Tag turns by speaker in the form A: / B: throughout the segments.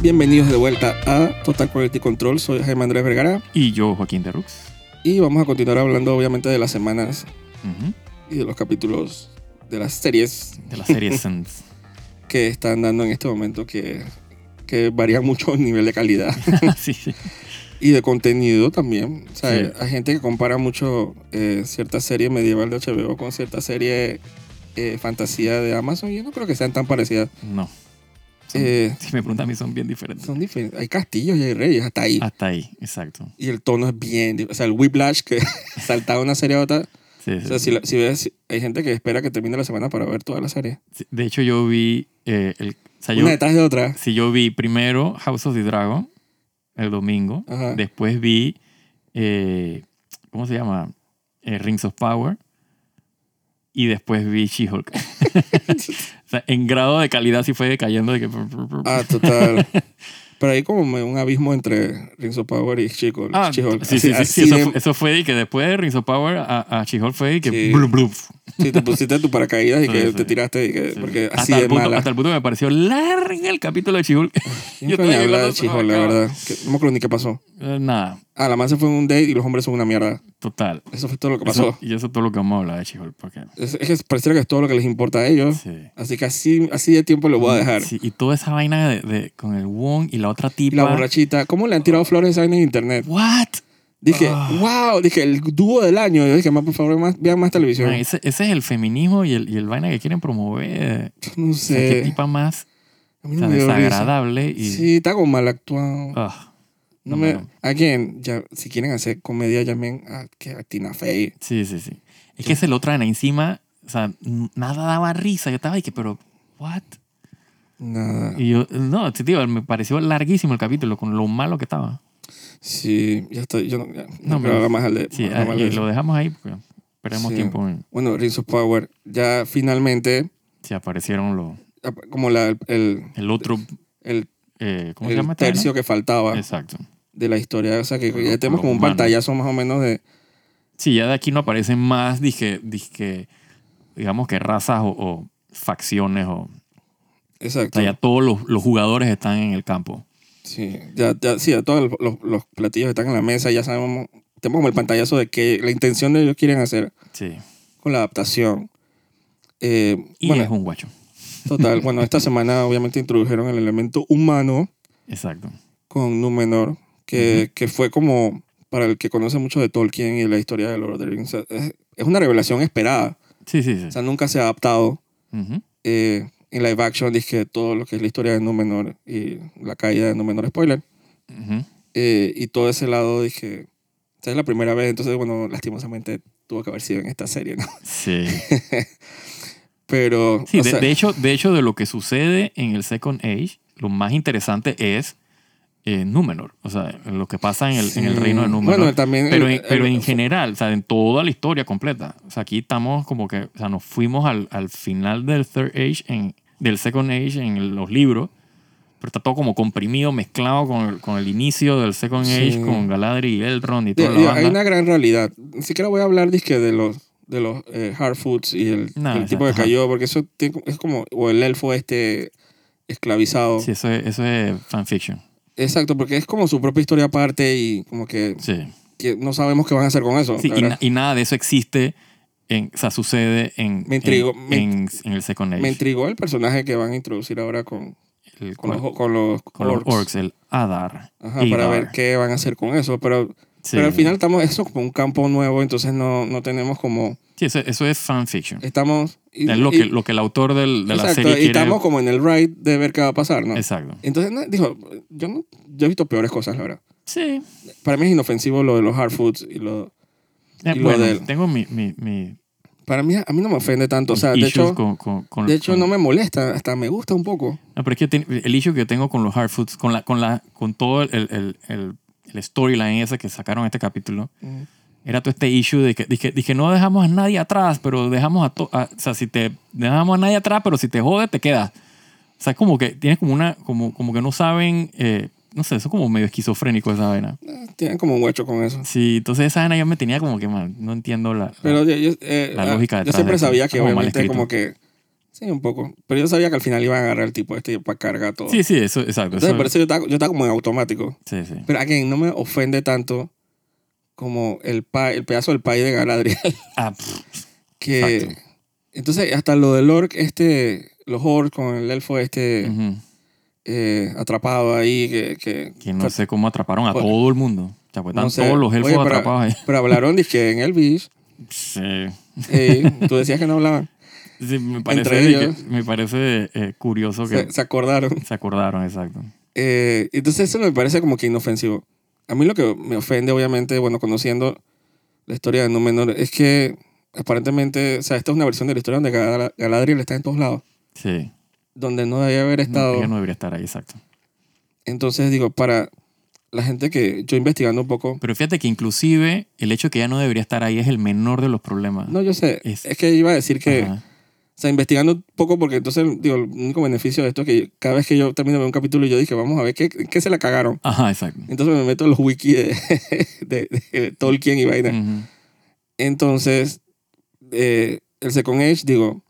A: Bienvenidos de vuelta a Total Quality Control. Soy Jaime Andrés Vergara
B: Y yo, Joaquín de Rux.
A: y vamos a continuar hablando obviamente de las semanas
B: Ujú.
A: y de los capítulos de las series
B: De la serie Sans.
A: que están dando en este momento que, que varía mucho el nivel de calidad
B: sí, sí.
A: y de contenido también. O sea,
B: Sí.
A: hay gente que compara mucho eh, cierta serie medieval de HBO con cierta serie eh, fantasía de Amazon. Yo no creo que sean tan parecidas.
B: No. Son-
A: Eh,
B: si me preguntan a mí, son bien diferentes.
A: son diferentes. Hay castillos y hay reyes hasta ahí.
B: Hasta ahí, exacto.
A: Y el tono es bien. dif- O sea, el whiplash que saltaba una serie a otra.
B: Sí, sí,
A: O sea,
B: sí.
A: si, la- si ves, hay gente que espera que termine la semana para ver toda la serie.
B: Sí, De hecho, yo vi. eh, el, o sea, yo,
A: Una detrás de otra.
B: sí, yo vi primero House of the Dragon el domingo.
A: Ajá.
B: Después vi. eh, ¿Cómo se llama? Eh, Rings of Power. Y después vi She-Hulk. o sea, en grado de calidad sí fue decayendo. De que...
A: Ah, total. Pero hay como me- un abismo entre Rings of Power y Chico.
B: Ah,
A: She-Hulk.
B: sí,
A: Así-
B: sí, sí,
A: así
B: sí, Eso,
A: de-
B: fue- eso fue de que después de Rings of Power a, a She-Hulk fue de que
A: Sí.
B: blub, blub.
A: Sí, te pusiste tu paracaídas y
B: Sí,
A: que
B: sí.
A: te tiraste y que,
B: Sí.
A: porque así
B: hasta, el
A: de
B: punto,
A: mala.
B: hasta el punto que me pareció larga el capítulo de She-Hulk.
A: Yo
B: yo
A: nunca ni
B: todavía
A: hablaba
B: no
A: de
B: se
A: She-Hulk,
B: me
A: la
B: acaba.
A: verdad. Que- no me acuerdo ni qué pasó.
B: Eh, Nada,
A: Ah, la man se fue en un date y los hombres son una mierda.
B: total.
A: Eso fue todo lo que
B: Eso-
A: pasó. Ah,
B: y eso es todo lo que vamos a hablar de She-Hulk. Porque,
A: Es, es que pareciera que es todo lo que les importa a ellos.
B: sí.
A: Así que así, así de tiempo lo voy a dejar.
B: Sí, y toda esa vaina de, de- con el Wong y la otra
A: Y
B: tipa.
A: la borrachita, ¿cómo le han tirado flores a esa vaina en internet?
B: ¿What?
A: Dije,
B: Ah.
A: wow, dije, el dúo del año. Yo dije, más, por favor, más, vean más televisión.
B: Man, ese, ese es el feminismo y el, y el vaina que quieren promover.
A: No
B: O sea, qué
A: sé.
B: tipa más
A: A mí
B: o
A: no
B: sea,
A: me dio risa.
B: desagradable. Y,
A: Sí, está como mal actuado.
B: Ah,
A: no
B: no,
A: me,
B: no.
A: again, ya, si quieren hacer comedia, llamen a, que a Tina Fey.
B: Sí, sí, sí. Es que es el otro, Ana, encima, o sea, n- nada daba risa. Yo estaba y que, pero, ¿what?
A: Nada.
B: Y yo, no, te digo, me pareció larguísimo el capítulo con lo malo que estaba.
A: Sí, ya estoy. Yo no, ya, no quiero
B: No, me-
A: hablar más al de-
B: Sí,
A: hablar
B: ah,
A: más de
B: y
A: eso.
B: lo dejamos ahí porque perdemos
A: Sí.
B: tiempo en
A: Bueno, Rings of Power, ya finalmente,
B: si aparecieron los
A: ap- como la, el,
B: el otro,
A: el,
B: eh, ¿cómo
A: el
B: se llama? esta
A: tercio que faltaba
B: vaina? Exacto.
A: de la historia. O sea, que
B: Lo-
A: ya tenemos
B: lo
A: como un
B: humano.
A: pantallazo más o menos de.
B: Sí, ya de aquí no aparecen más, dije, dije digamos que razas o, o facciones o... O
A: Exacto.
B: sea, ya todos los, los jugadores están en el campo.
A: Sí, ya, ya, sí, ya todos los, los platillos que están en la mesa, ya sabemos, tenemos como el pantallazo de que la intención de ellos quieren hacer
B: Sí.
A: con la adaptación. Eh,
B: Y
A: bueno,
B: es un guacho.
A: total, bueno, esta semana obviamente introdujeron el elemento humano
B: Exacto.
A: con Númenor, que, que fue como, para el que conoce mucho de Tolkien y la historia de Lord of the Rings, es, es una revelación esperada,
B: Sí, sí, sí.
A: o sea, nunca se ha adaptado
B: Ujú.
A: eh, en live action, dije, todo lo que es la historia de Númenor y la caída de Númenor, spoiler.
B: Ujú.
A: Eh, y todo ese lado dije, esta es la primera vez, entonces, bueno, lastimosamente tuvo que haber sido en esta serie, ¿no?
B: Sí.
A: Pero,
B: Sí,
A: o
B: de,
A: sea,
B: de hecho, de hecho, de lo que sucede en el Second Age, lo más interesante es eh, Númenor. O sea, lo que pasa en el, en el
A: sí.
B: reino de Númenor.
A: Bueno, también...
B: pero,
A: el-
B: en, pero
A: el-
B: en general, o sea, en toda la historia completa. O sea, aquí estamos como que, o sea, nos fuimos al, al final del Third Age, en, del Second Age en los libros, pero está todo como comprimido, mezclado con el, con el inicio del Second
A: Sí.
B: Age, con Galadriel, Elrond y
A: de-
B: toda la
A: de-
B: banda.
A: hay una gran realidad. Ni siquiera voy a hablar, dije, de los, de los eh, hard foods y el,
B: No,
A: el
B: o sea,
A: tipo que
B: ajá.
A: cayó, porque eso tiene- es como, o el elfo este esclavizado.
B: Sí, eso es, eso es fanfiction.
A: Exacto, porque es como su propia historia aparte y como que,
B: Sí.
A: que no sabemos qué van a hacer con eso.
B: Sí,
A: la
B: y,
A: verdad.
B: na- y nada de eso existe, en, o sea, sucede en,
A: Me intrigó,
B: en,
A: me-
B: en- en el Second Age.
A: Me intrigó el personaje que van a introducir ahora con,
B: El-
A: con,
B: con,
A: los, con los
B: con los
A: orcs.
B: orcs, el Adar.
A: Ajá, para
B: Adar.
A: ver qué van a hacer con eso. Pero,
B: eh. Sí.
A: pero al final estamos, eso es como un campo nuevo, entonces no, no tenemos como,
B: Sí, eso, eso es fanfiction.
A: estamos... y-
B: Es lo
A: y-
B: que, lo que el autor del- de la
A: exacto,
B: serie
A: y
B: quiere.
A: estamos como en el ride de ver qué va a pasar, ¿no?
B: Exacto.
A: Entonces, no, dijo, yo, no, yo he visto peores cosas, la verdad.
B: Sí. Para
A: Para mí es inofensivo lo de los hard foods y lo... y lo
B: eh, bueno,
A: del-
B: tengo mi, mi, mi
A: Para mí, a mí no me ofende tanto, o sea, de
B: issues
A: hecho,
B: con, con, con-
A: de hecho
B: con-
A: no me molesta, hasta me gusta un poco.
B: No, pero es que ten- el issue que tengo con los hard foods, con, la, con, la, con todo el, el, el, el storyline ese que sacaron este capítulo,
A: Eh,
B: era todo este issue de que, dije, dije, no dejamos a nadie atrás, pero dejamos a, to- a- O sea, si te dejamos a nadie atrás, pero si te jode, te quedas. O sea, es como que tienes como una. Como, como que no saben. eh, no sé, eso es como medio esquizofrénico esa vaina.
A: Eh, Tienen como un huecho con eso.
B: Sí, entonces esa vaina yo me tenía como que mal. No entiendo la. la-
A: Pero yo, yo, eh,
B: La
A: ah,
B: lógica
A: yo
B: detrás
A: siempre
B: de eso.
A: sabía que
B: Como mal
A: obviamente
B: escrito.
A: como que Sí, un poco. Pero yo sabía que al final iban a agarrar el tipo este para cargar todo.
B: Sí, sí, eso, exacto.
A: Entonces,
B: eso-
A: por eso yo estaba, yo estaba como en automático.
B: sí, sí.
A: Pero again, no me ofende tanto como el, pa- el pedazo del país de Galadriel.
B: Ah, pff,
A: Que,
B: Exacto.
A: Entonces, hasta lo del orc, este, los orcs con el elfo este
B: ujú.
A: eh, atrapado ahí, que, que,
B: Que no sé cómo atraparon a
A: Bueno.
B: todo el mundo. O sea, pues
A: pues No
B: están
A: sé.
B: todos los elfos
A: Oye, pero-
B: atrapados ahí.
A: pero hablaron que en el beach.
B: Sí.
A: eh, tú decías que no hablaban.
B: Sí, me parece,
A: Entre
B: de que-
A: ellos.
B: me parece eh, curioso que
A: Se, se acordaron.
B: se acordaron, exacto.
A: Eh, entonces eso me parece como que inofensivo. A mí lo que me ofende, obviamente, bueno, conociendo la historia de Númenor, es que aparentemente, o sea, esta es una versión de la historia donde Gala- Galadriel está en todos lados,
B: Sí.
A: donde no debía haber
B: No,
A: estado.
B: ella no debería estar ahí, exacto.
A: Entonces digo, para la gente que yo investigando un poco,
B: Pero fíjate que inclusive el hecho de que ella no debería estar ahí es el menor de los problemas.
A: no, yo sé, es,
B: Ah, Es-
A: que iba a decir que,
B: Ajá.
A: o sea, investigando un poco, porque entonces, digo, el único beneficio de esto es que cada vez que yo termino de ver un capítulo, yo dije, vamos a ver qué, qué se la cagaron.
B: Ajá, exacto.
A: Entonces me meto en los wiki de, de- de Tolkien y vaina.
B: Ujú.
A: Entonces, eh, el Second Age, digo,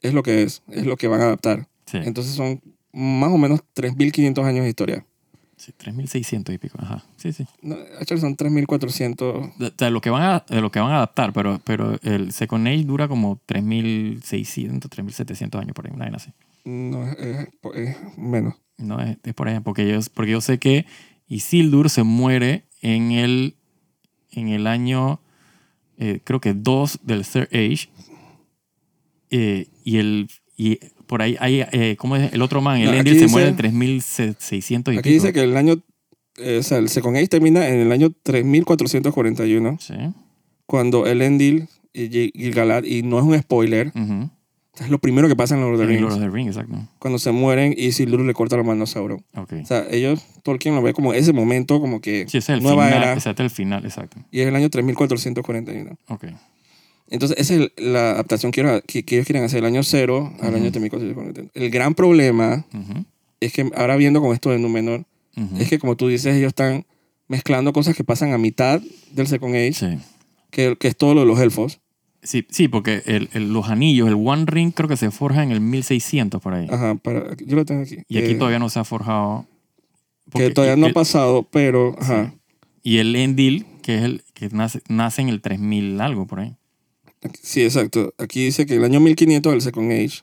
A: es lo que es, es lo que van a adaptar.
B: Sí.
A: Entonces son más o menos 3.500 años de historia.
B: Sí, 3.600 y pico. Ajá. Sí, sí.
A: No, actually son 3.400.
B: De, de lo que van a, de lo que van a adaptar, pero, pero el Second Age dura como 3.600, 3.700 años por ahí, una vaina así.
A: No, es, es- es menos.
B: No, es, es por ahí, porque yo, porque yo sé que Isildur se muere en el, en el año, eh, creo que 2 del Third Age. Eh, y el y por ahí, hay, eh, ¿cómo es? El otro man, el
A: No,
B: Endil,
A: aquí
B: se
A: dice-
B: muere en 3600 y
A: Aquí
B: pico.
A: dice que el año, eh, o sea, el Second Age termina en el año 3.441,
B: Sí.
A: cuando Elendil y Gil- Gilgalad, y no es un spoiler,
B: ujú.
A: es lo primero que pasa en Lord of the
B: El Lord
A: Rings,
B: of the Ring, exacto.
A: cuando se mueren y Isildur le corta la mano a Sauron.
B: Ok.
A: O sea, ellos, Tolkien lo ve como ese momento, como que
B: Sí, ese es el
A: nueva
B: final.
A: era.
B: Exacto, el final, exacto.
A: y es el año 3441.
B: Ok.
A: Entonces, esa es el- la adaptación que, era- que- que ellos quieren hacer, el año 0 al
B: Ujú.
A: año 3441. El gran problema
B: ujú,
A: es que ahora viendo con esto de Númenor,
B: ujú.
A: es que como tú dices, ellos están mezclando cosas que pasan a mitad del Second Age,
B: Sí.
A: que, que es todo lo de los elfos.
B: Sí, sí, porque el- el- los anillos, el One Ring creo que se forja en el 1600 por ahí.
A: Ajá, para, yo lo tengo aquí.
B: Y aquí
A: Eh,
B: todavía no se ha forjado.
A: que
B: porque-
A: todavía
B: y-
A: no
B: y-
A: ha pasado, pero... Ajá,
B: Y el Endil, que es el que nace, nace en el 3000 algo por ahí.
A: Aquí- sí, exacto. Aquí dice que el año 1500 del Second Age,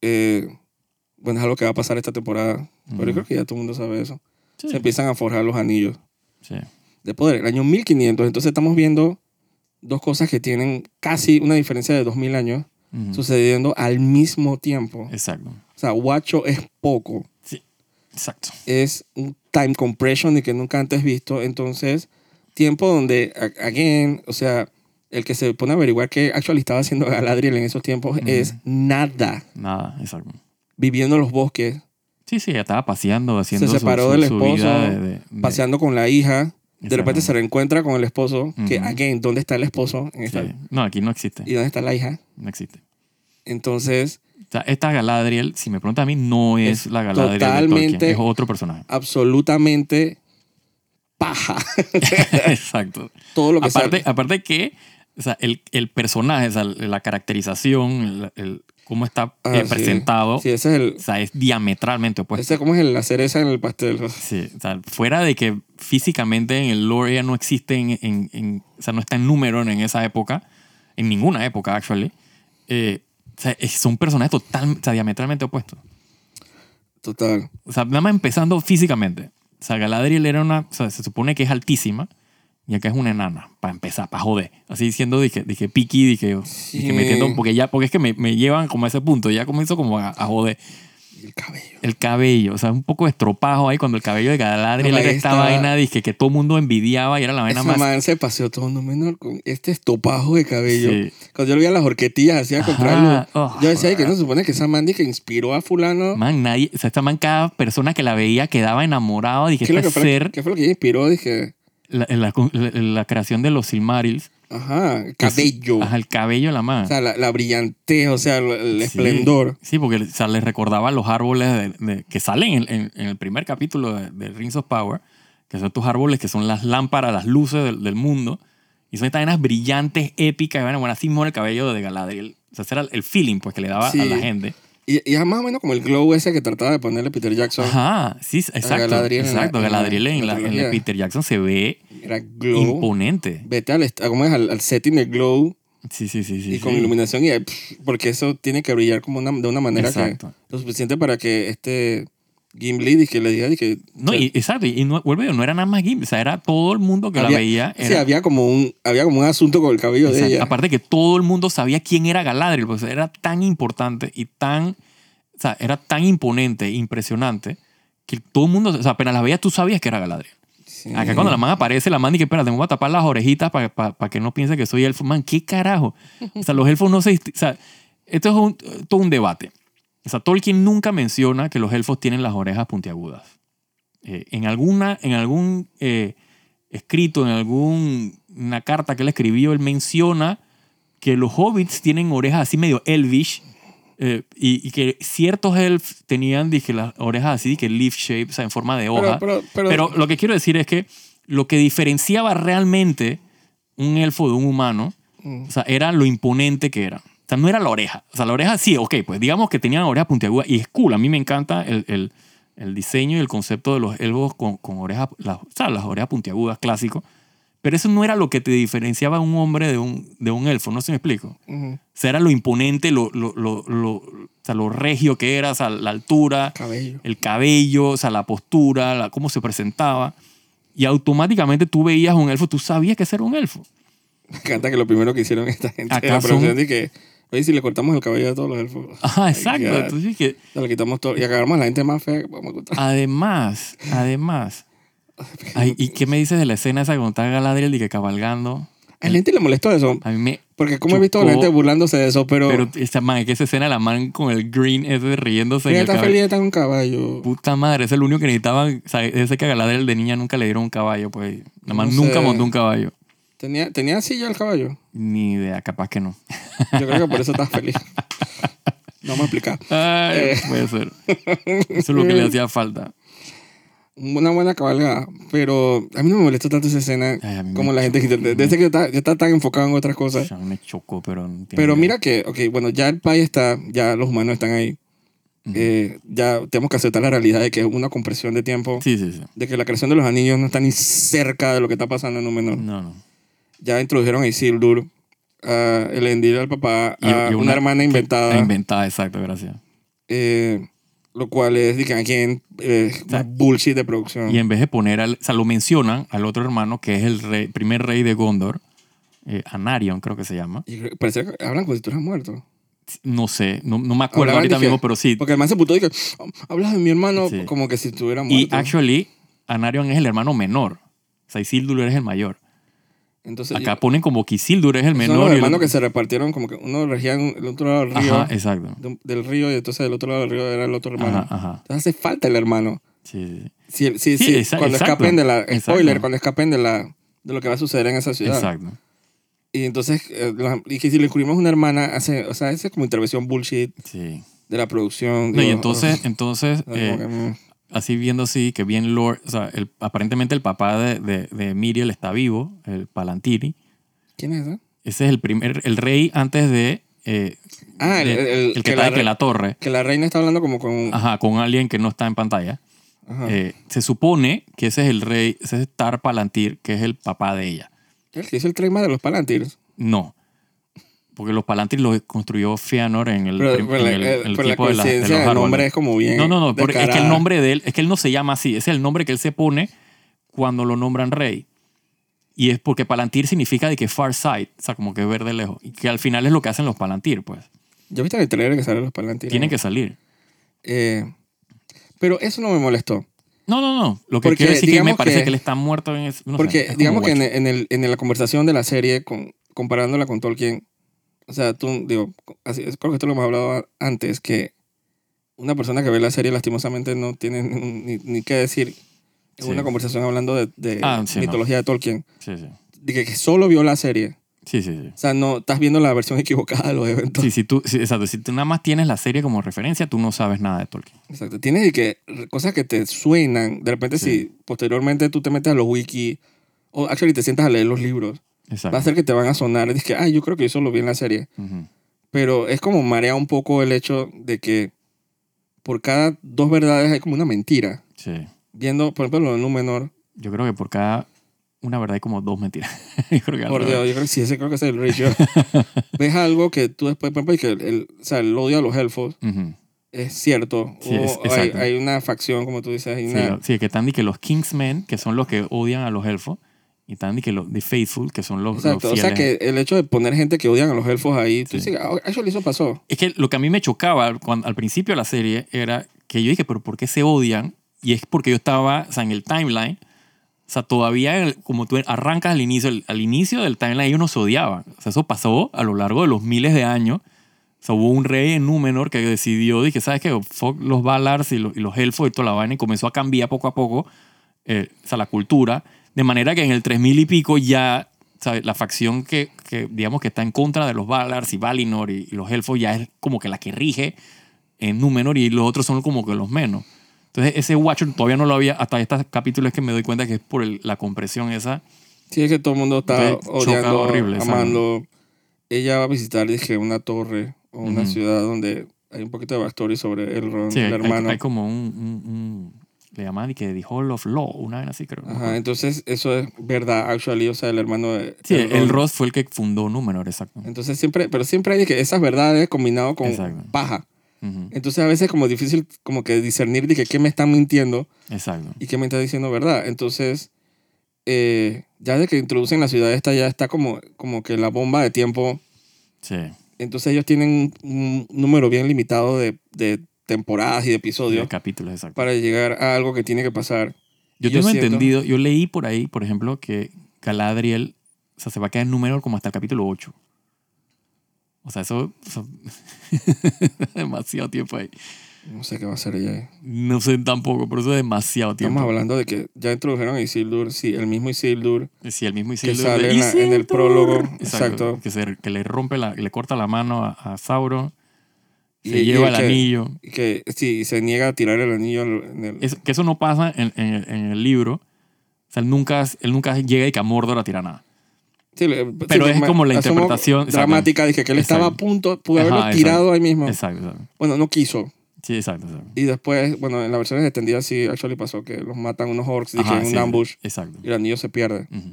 A: eh, bueno, es algo que va a pasar esta temporada, pero yo
B: Ujú.
A: creo que ya todo el mundo sabe eso.
B: Sí.
A: Se empiezan a forjar los anillos.
B: Sí.
A: de poder, el año 1500. Entonces estamos viendo dos cosas que tienen casi una diferencia de 2000 años
B: Ujú.
A: sucediendo al mismo tiempo.
B: Exacto.
A: O sea, guacho es poco,
B: Exacto.
A: es un time compression de que nunca antes visto. Entonces, tiempo donde, a- again, o sea, el que se pone a averiguar qué actually estaba haciendo Galadriel en esos tiempos
B: Ujú.
A: es nada,
B: Nada, exacto.
A: viviendo en los bosques,
B: Sí, sí, ella estaba paseando, haciendo su-
A: separó
B: su,
A: del
B: su
A: esposo,
B: vida de- de- de-
A: paseando con la hija. De repente se
B: Exacto.
A: reencuentra con el esposo, que,
B: Ujú.
A: again, ¿dónde está el esposo? En esta-
B: Sí. No, aquí no existe.
A: ¿Y dónde está la hija?
B: No existe.
A: Entonces,
B: O sea, esta Galadriel, si me preguntan a mí, no
A: Es
B: es, la Galadriel de
A: totalmente-
B: Tolkien. Es otro personaje.
A: absolutamente paja
B: Exacto.
A: todo lo que
B: aparte,
A: sale.
B: aparte que o sea, el, el personaje, o sea, la caracterización, el, el- cómo está
A: Ah,
B: eh,
A: sí.
B: presentado,
A: Sí, ese es el.
B: o sea, es diametralmente opuesto.
A: ese como es el- la cereza en el pastel.
B: Sí, o sea, fuera de que físicamente en el lore ella no existe, en, en- en- o sea, no está en número en esa época, en ninguna época, actually. eh, o sea, es- son personajes total, o sea, diametralmente opuestos.
A: Total.
B: O sea, nada más empezando físicamente. O sea, Galadriel era una. O sea, se supone que es altísima. Y acá es una enana. Para empezar, para joder. Así diciendo, dije, dije piqui, dije.
A: Sí.
B: dije metiendo, porque ya, porque es que me, me llevan como a ese punto. Ya comienzo como a, a joder.
A: Y el cabello.
B: El cabello. O sea, un poco estropajo ahí cuando el cabello de Galadriel
A: No,
B: era
A: ahí
B: esta
A: estaba-
B: vaina, dije, que todo el mundo envidiaba y era la vaina
A: Esa
B: más.
A: man se paseó todo un menor con este estopajo de cabello.
B: Sí.
A: Cuando yo le veía las horquetillas, hacía
B: Ajá.
A: comprarlo.
B: Oh.
A: yo decía "Ay, que no se supone que esa man di que inspiró a fulano.
B: Man, nadie. O sea, esta man, cada persona que la veía quedaba enamorado. Dije,
A: ¿Qué, es lo que
B: este
A: fue,
B: ser.
A: ¿Qué fue lo que ella inspiró? Dije,
B: La, la- la- la creación de los Silmarils.
A: ajá, el cabello.
B: Ajá, el cabello de la man.
A: O sea, la, la brillantez, o sea, el, el
B: Sí,
A: esplendor.
B: Sí, porque o sea, les recordaba los árboles de- de- que salen en, en- en el primer capítulo de, de Rings of Power, que son estos árboles que son las lámparas, las luces del, del mundo, y son estas venas brillantes, épicas, y bueno, bueno, así muere el cabello de Galadriel. O sea, ese era el feeling pues, que le daba
A: Sí.
B: a la gente.
A: Y, y es más o menos como el glow ese que trataba de ponerle Peter Jackson.
B: Ajá, sí, exacto.
A: Galadriel en la-
B: exacto,
A: en la-
B: Galadriel en, la,
A: en la
B: en la
A: trilogía.
B: Peter Jackson se ve
A: Era glow.
B: imponente.
A: Vete al, est- a- ¿cómo es? al, al setting de glow
B: Sí, sí, sí. sí
A: y con
B: sí.
A: iluminación. y ahí, pff, Porque eso tiene que brillar como una, de una manera
B: Exacto.
A: que lo suficiente para que este Gimli que le diga y que...
B: No, y, exacto, y no, vuelvo, yo, no era nada más Gimli, o sea, era todo el mundo que la
A: Había-
B: veía.
A: Sí,
B: era-
A: había como, un, había como un asunto con el cabello
B: Exacto.
A: de ella.
B: Aparte que todo el mundo sabía quién era Galadriel, pues era tan importante y tan, o sea, era tan imponente, impresionante, que todo el mundo, o sea, apenas la veías tú sabías que era Galadriel.
A: Sí.
B: Acá cuando la man aparece, la man dice, espérate, me voy a tapar las orejitas para que no piense que soy elfo. Man, ¿qué carajo? O sea, los elfos no se... disti- O sea, esto es un- todo un debate. O sea, Tolkien nunca menciona que los elfos tienen las orejas puntiagudas. Eh, en, alguna, en algún eh, escrito, en alguna carta que él escribió, él menciona que los hobbits tienen orejas así medio elvish eh, y, y que ciertos elfos tenían, dije, las orejas así, que leaf shape, o sea, en forma de hoja.
A: Pero, pero, pero,
B: Pero lo que quiero decir es que lo que diferenciaba realmente un elfo de un humano,
A: Mm.
B: o sea, era lo imponente que era. O sea, no era la oreja. O sea, la oreja sí, ok, pues digamos que tenían oreja puntiaguda y es cool. A mí me encanta el, el- el diseño y el concepto de los elfos con, con orejas, las, o sea, las orejas puntiagudas clásico. Pero eso no era lo que te diferenciaba a un hombre de un, de un elfo, no se me explico.
A: Ujú.
B: O sea, era lo imponente, lo, lo, lo, lo- o sea, lo regio que era, o sea, la altura
A: Cabello.
B: el cabello, o sea, la postura, la, cómo se presentaba. Y automáticamente tú veías un elfo, tú sabías que ese era un elfo.
A: Me encanta que lo primero que hicieron esta gente
B: Acá
A: de la
B: son-
A: producción y que, oye, si le cortamos el cabello a todos los elfos,
B: Ajá,
A: Ay,
B: exacto.
A: God.
B: Entonces, Ah, que,
A: le quitamos todo y acabamos a la gente más fea que podemos encontrar.
B: además, además. ay, ¿Y qué me dices de la escena esa con tal Galadriel y que cabalgando?
A: A la gente le molestó eso,
B: A mí me.
A: porque como he visto a la
B: Chocó.
A: gente burlándose de eso, pero,
B: Pero esa man, que esa escena la man con el green ese riéndose en
A: ella
B: el
A: está
B: cabello.
A: feliz, está en un caballo.
B: Puta madre, es el único que necesitaban. O sea, ese que a Galadriel de niña nunca le dieron un caballo, pues. La man
A: No
B: nunca
A: sé.
B: montó un caballo.
A: ¿Tenía, ¿Tenía silla el caballo?
B: Ni idea, capaz que no.
A: Yo creo que por eso está feliz. No vamos a explicar.
B: Ay,
A: Eh.
B: puede ser. Eso es lo que le hacía falta.
A: Una buena cabalgada, pero a mí no me molestó tanto esa escena
B: Ay, a mí me
A: como la gente que... Desde que yo estaba, yo estaba tan enfocado en otras cosas.
B: Ya me chocó, pero no tiene
A: Pero
B: idea.
A: mira que, ok, bueno, ya el país está, ya los humanos están ahí. Eh, ya tenemos que aceptar la realidad de que es una compresión de tiempo,
B: Sí, sí, sí.
A: de que la creación de los anillos no está ni cerca de lo que está pasando en Númenor.
B: No, no.
A: Ya introdujeron a Isildur, a Elendil al papá,
B: Y-
A: a
B: y
A: una, hermana inventada,
B: La inventada, exacto, gracias.
A: eh, lo cual es, digan, aquí en eh, una bullshit de producción.
B: Y en vez de poner al. O sea, lo mencionan al otro hermano que es el rey, primer rey de Gondor, eh, Anarion, creo que se llama.
A: Y creo- parece que hablan como si estuvieras muerto.
B: No sé, no, no me acuerdo
A: Hablaban,
B: ahorita
A: dije,
B: mismo, pero sí.
A: Porque el man se putó y que hablas de mi hermano
B: Sí.
A: como que si estuviera
B: Y
A: muerto.
B: actually, Anarion es el hermano menor. O sea, Isildur es el mayor.
A: Entonces,
B: Acá ponen como que Isildur es el menor.
A: Son los
B: y el
A: hermanos
B: otro-
A: que se repartieron, como que uno regía en el otro lado del río,
B: Ajá, exacto.
A: de un- del río, y entonces del otro lado del río era el otro hermano.
B: Ajá, ajá.
A: Entonces hace falta el hermano.
B: Sí, sí, sí.
A: Si, si-
B: Sí,
A: si-
B: exa-
A: cuando
B: exacto.
A: escapen de la.
B: Exacto.
A: Spoiler, cuando escapen de la de lo que va a suceder en esa ciudad.
B: Exacto.
A: Y entonces, eh, la- y que si le incluimos una hermana, hace, o sea, esa es como intervención bullshit
B: Sí.
A: de la producción.
B: No, y
A: digo,
B: entonces, entonces.
A: o sea,
B: eh,
A: como que, mm,
B: así viendo así, que bien Lord, o sea, el- aparentemente el papá de, de, de Miriel está vivo, el Palantiri.
A: ¿Quién es eh? esa?
B: Ese es el primer, el rey antes de... eh,
A: Ah, el,
B: de-
A: el- el-
B: que, está de que la torre.
A: que la reina está hablando como con.
B: Ajá, con alguien que no está en pantalla.
A: Ajá.
B: Eh, se supone que ese es el rey, ese es Tar Palantir, que es el papá de ella.
A: Él que hizo el trema de los Palantirs.
B: No. Porque los Palantir los construyó Feanor en el,
A: Pero,
B: prim-
A: pero la-
B: en el-
A: eh,
B: en el
A: pero la
B: tiempo de, la- de los
A: coincidencia del
B: árboles.
A: nombre es como bien.
B: No, no, no, porque es que el
A: descarada.
B: nombre de él, es que él no se llama así, ese es el nombre que él se pone cuando lo nombran rey. Y es porque Palantir significa de que far sight, o sea, como que ver de lejos. Y que al final es lo que hacen los Palantir, pues.
A: Yo viste en el trailer que salen los palantinos.
B: Tienen que salir.
A: Eh, pero eso no me molestó.
B: No, no, no. Lo que
A: Porque
B: quiero decir es que me
A: digamos
B: parece que,
A: que-
B: él está muerto en ese- no sé,
A: porque
B: es como
A: digamos que en,
B: guacho.
A: en, el, en la conversación de la serie, con, comparándola con Tolkien, o sea, tú, digo, así, creo que esto lo hemos hablado a- antes, que una persona que ve la serie lastimosamente no tiene ni, ni qué decir en
B: Sí.
A: una conversación hablando de, de
B: Ah, sí, no.
A: mitología de Tolkien.
B: Sí, sí.
A: De que, que solo vio la serie.
B: Sí, sí, sí.
A: O sea, no, estás viendo la versión equivocada de los eventos.
B: Sí, si tú, sí, exacto. Si tú nada más tienes la serie como referencia, tú no sabes nada de Tolkien.
A: Exacto. Tienes de que cosas que te suenan. De repente,
B: Sí.
A: si posteriormente tú te metes a los wiki o actually te sientas a leer los libros, va a
B: Exacto.
A: ser que te van a sonar. Dices que, ay, yo creo que eso lo vi en la serie.
B: Ujú.
A: Pero es como marea un poco el hecho de que por cada dos verdades hay como una mentira.
B: Sí.
A: Viendo, por ejemplo, lo de Númenor.
B: Yo creo que por cada una verdad hay como dos mentiras. yo creo que al
A: Por
B: revés.
A: Dios, yo creo que sí, ese creo que es el Richo. Ves algo que tú después, por ejemplo, y que el, el- o sea, el odio a los elfos
B: Ujú.
A: es cierto.
B: Sí,
A: O
B: es-
A: hay,
B: exacto.
A: hay una facción, como tú dices, hay
B: Sí,
A: una-
B: lo- sí, que están de que los Kingsmen, que son los que odian a los elfos, y están de que los de Faithful, que son los, los
A: Exacto, o sea
B: fieles.
A: que el hecho de poner gente que odian a los elfos ahí, tú
B: Sí.
A: dices, ah, eso le hizo pasó.
B: Es que lo que a mí me chocaba cuando, al principio de la serie era que yo dije, pero ¿por qué se odian? Y es porque yo estaba, o sea, en el timeline, o sea, todavía en el- como tú arrancas al inicio, el- al inicio del timeline ellos no se odiaban. O sea, eso pasó a lo largo de los miles de años. O sea, hubo un rey en Númenor que decidió, dije, ¿sabes qué? Fuck los Valars y los, y los elfos y toda la vaina y comenzó a cambiar poco a poco eh, o sea, la cultura, de manera que en el 3000 y pico ya ¿sabes? la facción que, que, digamos que está en contra de los Valars y Valinor y, y los elfos ya es como que la que rige en Númenor y los otros son como que los menos. Entonces ese Watcher todavía no lo había, hasta estos capítulos es que me doy cuenta que es por el- la compresión esa.
A: Sí, es que todo el mundo está
B: Entonces, choca
A: odiando,
B: horrible, ¿sabes?
A: amando. Ella va a visitar, dije, una torre o una
B: Ujú.
A: ciudad donde hay un poquito de backstory sobre Elrond,
B: Sí,
A: el
B: hay, hay-
A: hermano.
B: hay como un, un- un- le llaman y que The Hall of Law, una vez así creo.
A: Ajá, entonces eso es verdad, actually, o sea, el hermano de
B: Sí,
A: Elrond.
B: el Ross fue el que fundó Númenor, exacto.
A: Entonces siempre, pero siempre hay que esas verdades combinado con
B: Exacto.
A: paja.
B: Ujú,
A: Entonces a veces como difícil como que discernir de que qué me está mintiendo
B: Exacto.
A: y qué me está diciendo verdad. Entonces, eh, ya de que introducen la ciudad esta, ya está como, como que la bomba de tiempo.
B: Sí.
A: Entonces ellos tienen un un número bien limitado de, de temporadas y de episodios
B: El capítulo, exacto.
A: para llegar a algo que tiene que pasar.
B: Yo
A: Y yo
B: tengo
A: siento-
B: entendido, yo leí por ahí, por ejemplo, que Galadriel, o sea, se va a quedar en número como hasta el capítulo 8. O sea, eso, eso- demasiado tiempo ahí.
A: No sé qué va a ser ella. ahí.
B: No sé tampoco, pero eso es demasiado tiempo.
A: Estamos hablando de que ya introdujeron a Isildur, sí, el mismo Isildur.
B: Sí, el mismo
A: que
B: Isildur
A: sale
B: de
A: en la- en el
B: Isildur.
A: prólogo, exacto.
B: Que, se- que le rompe la, le corta la mano a, a Sauron, se
A: Y- y
B: lleva el
A: que-
B: anillo.
A: y Que sí, se niega a tirar el anillo al- en el...
B: Es- que eso no pasa en, en el, en el libro. O sea, él nunca, él nunca llega y que a Mordor a tirar nada.
A: Sí, le-
B: pero
A: sí,
B: es
A: me-
B: como la
A: asomo
B: interpretación, exacto.
A: dramática. Dije que él estaba a
B: Exacto.
A: punto, pudo
B: Ajá,
A: haberlo
B: exacto.
A: tirado ahí mismo.
B: Exacto, exacto.
A: Bueno, no quiso.
B: Sí, exacto, exacto.
A: Y después, bueno, en la versión extendida sí, actually pasó que los matan unos orcs, dije,
B: Ajá,
A: en un
B: sí,
A: ambush,
B: Exacto.
A: y el anillo se pierde.
B: Ujú,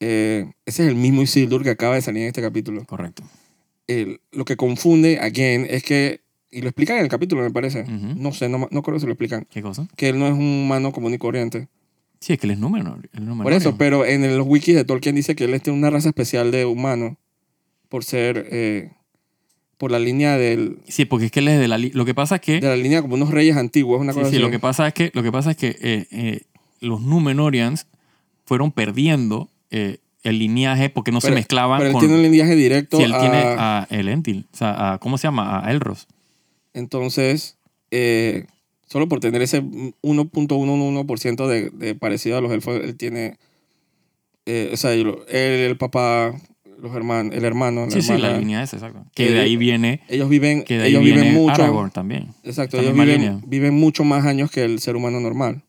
A: Eh, ese es el mismo Isildur que acaba de salir en este capítulo.
B: Correcto.
A: El- lo que confunde, again, es que, y lo explican en el capítulo, me parece.
B: Ujú.
A: No sé, no, ma- no creo que se lo explican.
B: ¿Qué cosa?
A: Que él no es un humano común y corriente.
B: Sí, es que él es número. El número
A: Por eso, pero en el- los wikis de Tolkien dice que él es de una raza especial de humano por ser, eh, por la línea del,
B: Sí, porque es que él es de la... li- Lo que pasa es que...
A: de la línea como unos reyes antiguos, una
B: ¿Eh? sí,
A: cosa
B: sí,
A: así.
B: lo que pasa es que, lo que, pasa es que eh, eh, los Númenorians fueron perdiendo eh, el lineaje porque no se
A: Pero-
B: mezclaban
A: pero él
B: con...
A: tiene un linaje directo
B: sí, él tiene
A: a-
B: a Elendil. O sea, a, ¿cómo se llama? A Elros.
A: Entonces, eh, solo por tener ese 1.111% de, de parecido a los elfos, él tiene. eh, o sea, yo lo- él, el papá, los hermanos, el hermano, la
B: Sí, sí, la
A: hermana.
B: línea esa, exacto. Que
A: Eh,
B: de ahí viene...
A: Ellos viven,
B: Que de ahí
A: ellos viven
B: viene
A: mucho.
B: Aragorn también.
A: Exacto,
B: Esta
A: ellos
B: misma
A: viven,
B: línea.
A: viven mucho más años que el ser humano normal.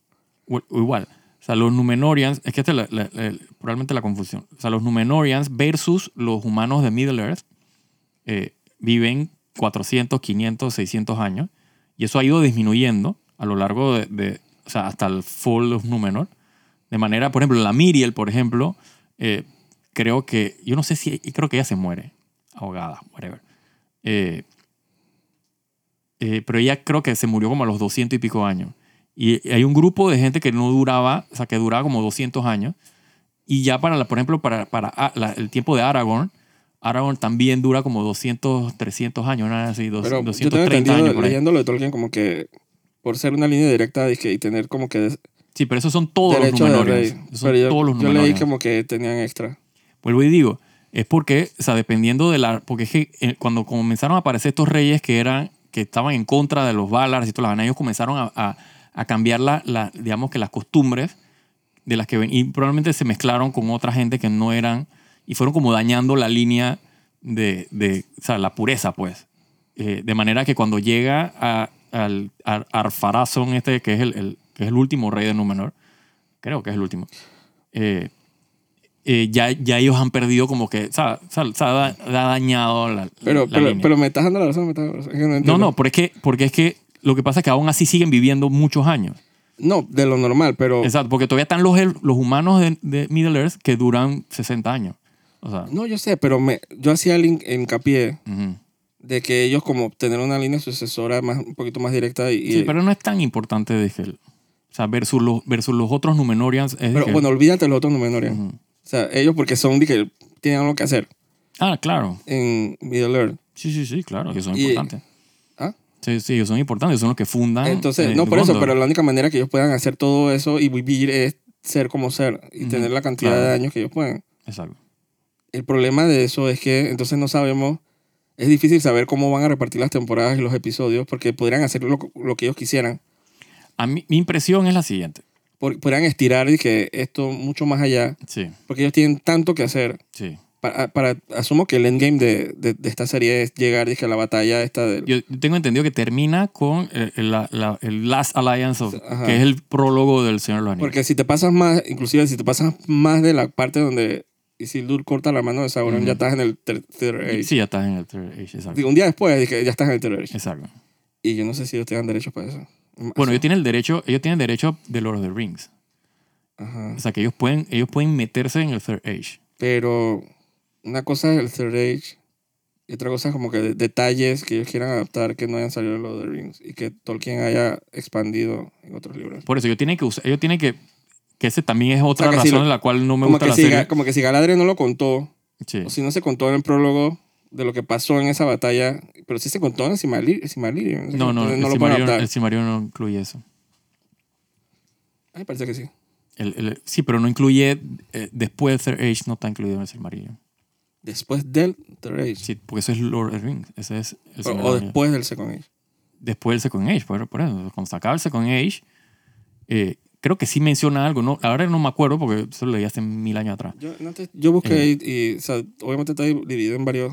B: O- o igual. O sea, los Númenorians, es que esta es la- la- la- probablemente la confusión. O sea, los Númenorians versus los humanos de Middle Earth eh, viven 400, 500, 600 años. Y eso ha ido disminuyendo a lo largo de, de- o sea, hasta el fall of Númenor. De manera, por ejemplo, la Miriel, por ejemplo, eh, creo que, yo no sé si, y creo que ella se muere, ahogada, whatever. Eh, eh, pero ella creo que se murió como a los 200 y pico años. Y hay un grupo de gente que no duraba, o sea, que duraba como 200 años. Y ya para, la- por ejemplo, para, para a- la- el tiempo de Aragorn, Aragorn también dura como 200, 300 años, nada así, dos-
A: Pero yo tengo
B: 230 años
A: entendido,
B: por ahí.
A: leyendo lo de Tolkien, como que por ser una línea directa dizque, y tener como que des-
B: Sí, pero esos son todos los
A: derecho de
B: Númenóreans.
A: rey.
B: Esos son
A: Pero yo,
B: todos los
A: yo leí
B: Númenóreans.
A: como que tenían extra.
B: Vuelvo y digo, es porque, o sea, dependiendo de la... Porque es que eh, cuando comenzaron a aparecer estos reyes que eran que estaban en contra de los Valars y todas las vainas, ellos comenzaron a, a- a cambiar la, la- digamos que las costumbres de las que ven y probablemente se mezclaron con otra gente que no eran y fueron como dañando la línea de, de o sea, la pureza, pues. Eh, de manera que cuando llega a, al a Arfarazón este, que es el, el- que es el último rey de Númenor, creo que es el último, eh, eh, ya, ya ellos han perdido como que, ¿sabes? O sea, da- da dañado la,
A: Pero,
B: la
A: pero,
B: línea.
A: pero me estás dando la razón. me estás dando la razón. Es que
B: no,
A: entiendo.
B: no, porque es, que, porque es que lo que pasa es que aún así siguen viviendo muchos años.
A: No, de lo normal, pero.
B: Exacto, porque todavía están los, el- los humanos de, de Middle Earth que duran 60 años. O sea,
A: No, yo sé, pero me, yo hacía el hin- hincapié
B: ujú.
A: de que ellos, como tener una línea sucesora más, un poquito más directa. Y,
B: sí, pero no es tan importante de que, el- o sea, versus los, versus los otros Numenorians. Es de
A: pero
B: que-
A: bueno, olvídate los otros Númenóreanos.
B: Ujú.
A: O sea, ellos porque son de que tienen algo que hacer
B: Ah, claro.
A: en Middle Earth.
B: Sí, sí, sí, claro, ellos son
A: Y-
B: importantes.
A: ¿Ah?
B: Sí, sí, ellos son importantes, son los que fundan.
A: Entonces,
B: eh,
A: no por eso,
B: Gondor.
A: pero la única manera que ellos puedan hacer todo eso y vivir es ser como ser y
B: Ujú,
A: tener la cantidad de
B: claro.
A: años que ellos puedan.
B: Exacto.
A: El problema de eso es que entonces no sabemos, es difícil saber cómo van a repartir las temporadas y los episodios porque podrían hacer lo, lo que ellos quisieran.
B: A mí, mi impresión es la siguiente.
A: Por- podrían estirar y que esto mucho más allá
B: Sí,
A: porque ellos tienen tanto que hacer.
B: sí.
A: Para, para- asumo que el endgame de, de- de esta serie es llegar dije, a la batalla esta del...
B: Yo yo tengo entendido que termina con eh, la- la- el Last Alliance, of-
A: Ajá.
B: que es el prólogo del Señor de los Anillos.
A: Porque si te pasas más, inclusive si te pasas más de la parte donde Isildur corta la mano de Sauron,
B: Ujú.
A: ya estás en el Ter- Third Age.
B: Sí, ya estás en el Third Age, exacto.
A: Digo, un día después dije, ya estás en el Third Age.
B: Exacto.
A: Y yo no sé si ellos tengan derechos para eso.
B: Bueno, ellos tienen el derecho, ellos tienen derecho de Lord of the Rings.
A: Ajá.
B: O sea, que ellos pueden, ellos pueden meterse en el Third Age.
A: Pero una cosa es el Third Age y otra cosa es como que de- detalles que ellos quieran adaptar que no hayan salido en Lord of the Rings y que Tolkien haya expandido en otros libros.
B: Por eso ellos tienen que usar, ellos tienen que, que ese también es otra
A: que si
B: razón
A: lo-
B: en la cual no me
A: Como
B: gusta
A: que,
B: la
A: si, Ga-
B: serie.
A: como que si Galadriel no lo contó,
B: Sí.
A: o si no se contó en el prólogo de lo que pasó en esa batalla, pero sí se contó en el Simalir- Silmarillion.
B: No, no,
A: Entonces
B: el,
A: lo pueden
B: Silmarillion,
A: adaptar.
B: el Silmarillion no incluye eso.
A: Ay, parece que sí.
B: El- el- sí, pero no incluye, eh, después del Third Age no está incluido en el Silmarillion.
A: Después del Third Age.
B: Sí, porque eso es Lord of the Rings. Ese es el
A: o,
B: Señor de
A: o
B: los Anillos.
A: después del Second Age.
B: después del Second Age, por, por eso, cuando se acaba el Second Age, eh, creo que sí menciona algo, ¿no? Ahora no me acuerdo porque eso lo leí hace mil años atrás.
A: Yo, no te- yo busqué y, y, o sea, obviamente está dividido en varias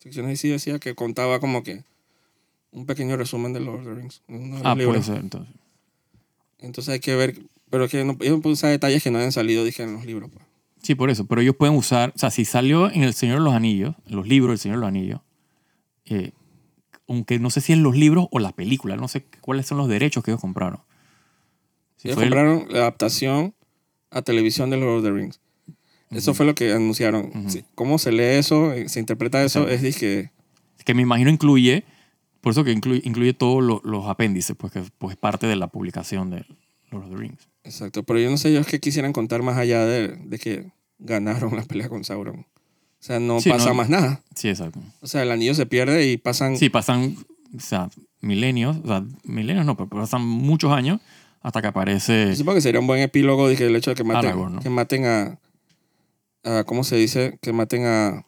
A: secciones y sí decía que contaba como que un pequeño resumen de Lord of the Rings. uno de los
B: Ah, puede
A: libros.
B: ser, entonces.
A: Entonces hay que ver, pero es que no, yo no puedo usar detalles que no hayan salido, dije, en los libros. pues.
B: Sí, por eso, pero ellos pueden usar, o sea, si salió en El Señor de los Anillos, en los libros del Señor de los Anillos, eh, aunque no sé si en los libros o las películas, no sé cuáles son los derechos que ellos compraron. Si
A: Ellos
B: fue el-
A: compraron la adaptación a televisión de Lord of the Rings. Eso fue lo que anunciaron.
B: Ujú.
A: Sí, ¿Cómo se lee eso? eh, ¿Se interpreta eso?
B: Exacto.
A: Es dije,
B: que me imagino incluye, por eso que incluye, incluye todos lo- los apéndices, pues que pues, es parte de la publicación de Lord of the Rings.
A: exacto. Pero yo no sé ellos qué quisieran contar más allá de, de que ganaron la pelea con Sauron. O sea, no
B: Sí,
A: pasa
B: no-
A: más nada.
B: Sí, exacto.
A: O sea, el anillo se pierde y pasan...
B: Sí, pasan, o sea, milenios, o sea, milenios no, pero pasan muchos años hasta que
A: Yo
B: aparece.
A: supongo que sería un buen epílogo dije, el hecho de que maten,
B: Aragorn, ¿no?
A: que maten a, a- ¿Cómo se dice? Que maten a,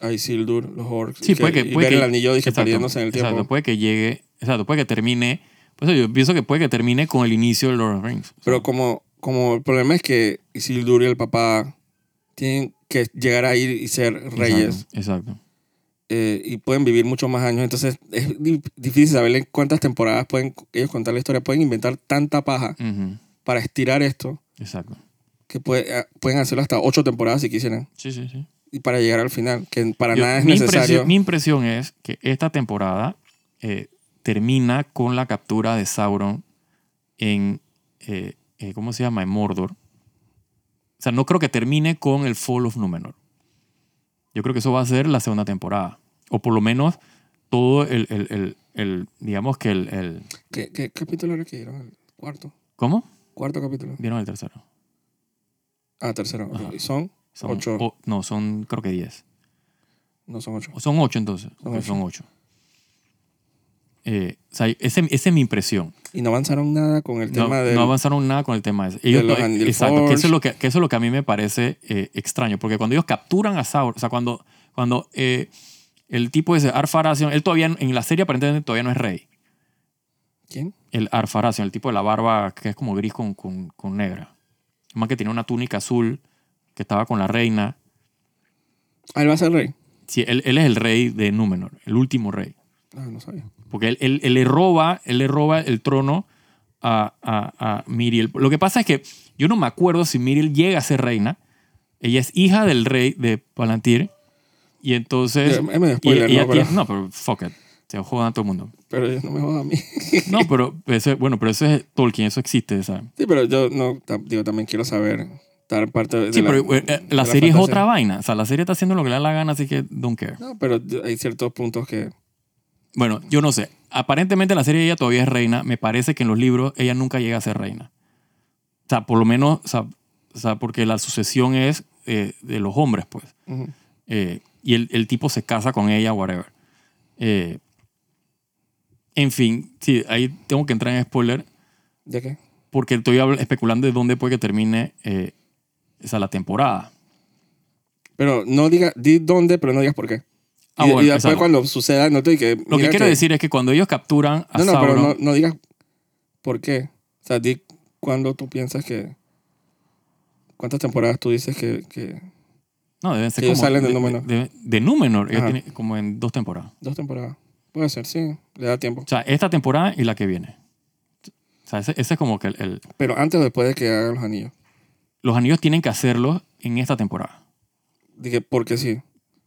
A: a Isildur, los orcs. y
B: Sí,
A: que-
B: puede que.
A: y
B: Puede
A: ver el
B: que-
A: anillo dije,
B: exacto,
A: perdiéndose en el tiempo.
B: Exacto, puede que llegue, exacto, puede que termine. Pues yo pienso que puede que termine con el inicio de Lord of the Rings.
A: Pero como, como el problema es que Isildur y el papá tienen que llegar a ir y ser reyes
B: Exacto. exacto.
A: eh, y pueden vivir muchos más años. Entonces es di- difícil saberle cuántas temporadas pueden ellos contar la historia. Pueden inventar tanta paja
B: Ujú,
A: para estirar esto
B: exacto.
A: que puede- eh, pueden hacerlo hasta ocho temporadas si quisieran
B: Sí, sí, sí.
A: y para llegar al final, que para
B: Yo-
A: nada es
B: mi,
A: necesario.
B: impresión, mi impresión es que esta temporada eh, termina con la captura de Sauron en. eh, eh, ¿Cómo se llama? En Mordor. O sea, no creo que termine con el Fall of Númenor. Yo creo que eso va a ser la segunda temporada. O por lo menos todo el. el- el- el- digamos que el, el-
A: ¿Qué, qué capítulo era que dieron? El cuarto.
B: ¿Cómo?
A: Cuarto capítulo.
B: Vieron el tercero.
A: Ah, tercero. ok.
B: Ajá.
A: ¿Y son?
B: Son
A: Ocho.
B: o- no, son creo que diez.
A: No son ocho.
B: O Son ocho entonces.
A: Son
B: Ok,
A: ocho.
B: Son ocho. Eh, o sea, ese- esa es mi impresión.
A: Y no avanzaron nada con el
B: no,
A: tema de...
B: no avanzaron nada con el tema ese. Ellos
A: de los
B: no-
A: Anil
B: exacto, que
A: Force.
B: eso, es lo que, que eso es lo que a mí me parece eh, extraño, porque cuando ellos capturan a Sauron, o sea, cuando, cuando eh, el tipo ese, Arfaración, él todavía en la serie aparentemente todavía no es rey.
A: ¿Quién?
B: El Arfaración, el tipo de la barba que es como gris con, con, con negra. Más que tiene una túnica azul que estaba con la reina.
A: Ah, él va a ser rey.
B: Sí, él, él es el rey de Númenor, el último rey.
A: Ah, no sabía.
B: Porque él, él- él le roba, él le roba el trono a, a, a Miriel. Lo que pasa es que yo no me acuerdo si Miriel llega a ser reina Ella es hija del rey de Palantir. Y entonces.
A: Ya, es medio
B: Eh, y-
A: spoiler,
B: ella
A: ¿no? Pero-
B: tiene- no, pero fuck it. Se jodan a todo el mundo.
A: Pero ellos no me jodan a mí.
B: No, pero ese, bueno, pero eso es Tolkien, eso existe, ¿sabes?
A: Sí, pero yo no, ta- digo, también quiero saber estar parte de
B: Sí,
A: la,
B: pero eh, eh,
A: de
B: la, serie es
A: fantasía.
B: otra vaina. O sea, la serie está haciendo lo que le da la gana, así que don't care.
A: No, pero yo- hay ciertos puntos que...
B: Bueno, yo no sé. Aparentemente la serie ella todavía es reina. Me parece que en los libros ella nunca llega a ser reina. O sea, por lo menos, o sea, o sea, porque la sucesión es eh, de los hombres, pues.
A: Ujú.
B: Eh, y el, el tipo se casa con ella, whatever. Eh, en fin, sí, ahí tengo que entrar en spoiler
A: ¿De qué?
B: porque estoy habl- especulando de dónde puede que termine eh, esa la temporada.
A: Pero no digas, di dónde, pero no digas por qué.
B: Ah,
A: y, y
B: bueno,
A: después
B: exacto.
A: cuando suceda, no te digas...
B: Lo que quiero decir es que cuando ellos capturan a
A: No, no, pero
B: Sauron,
A: no, no digas por qué. O sea, di cuándo tú piensas que... ¿Cuántas temporadas tú dices que... que
B: no, deben ser
A: que ellos
B: como
A: salen de
B: de,
A: Númenor.
B: de- de Númenor, ellos
A: Ajá.
B: tienen como en dos temporadas.
A: dos temporadas? Puede ser, sí. Le da tiempo.
B: O sea, esta temporada y la que viene. O sea, ese, ese es como que el- el-
A: Pero antes o después de que hagan los anillos.
B: los anillos tienen que hacerlos en esta temporada.
A: Dije, porque sí.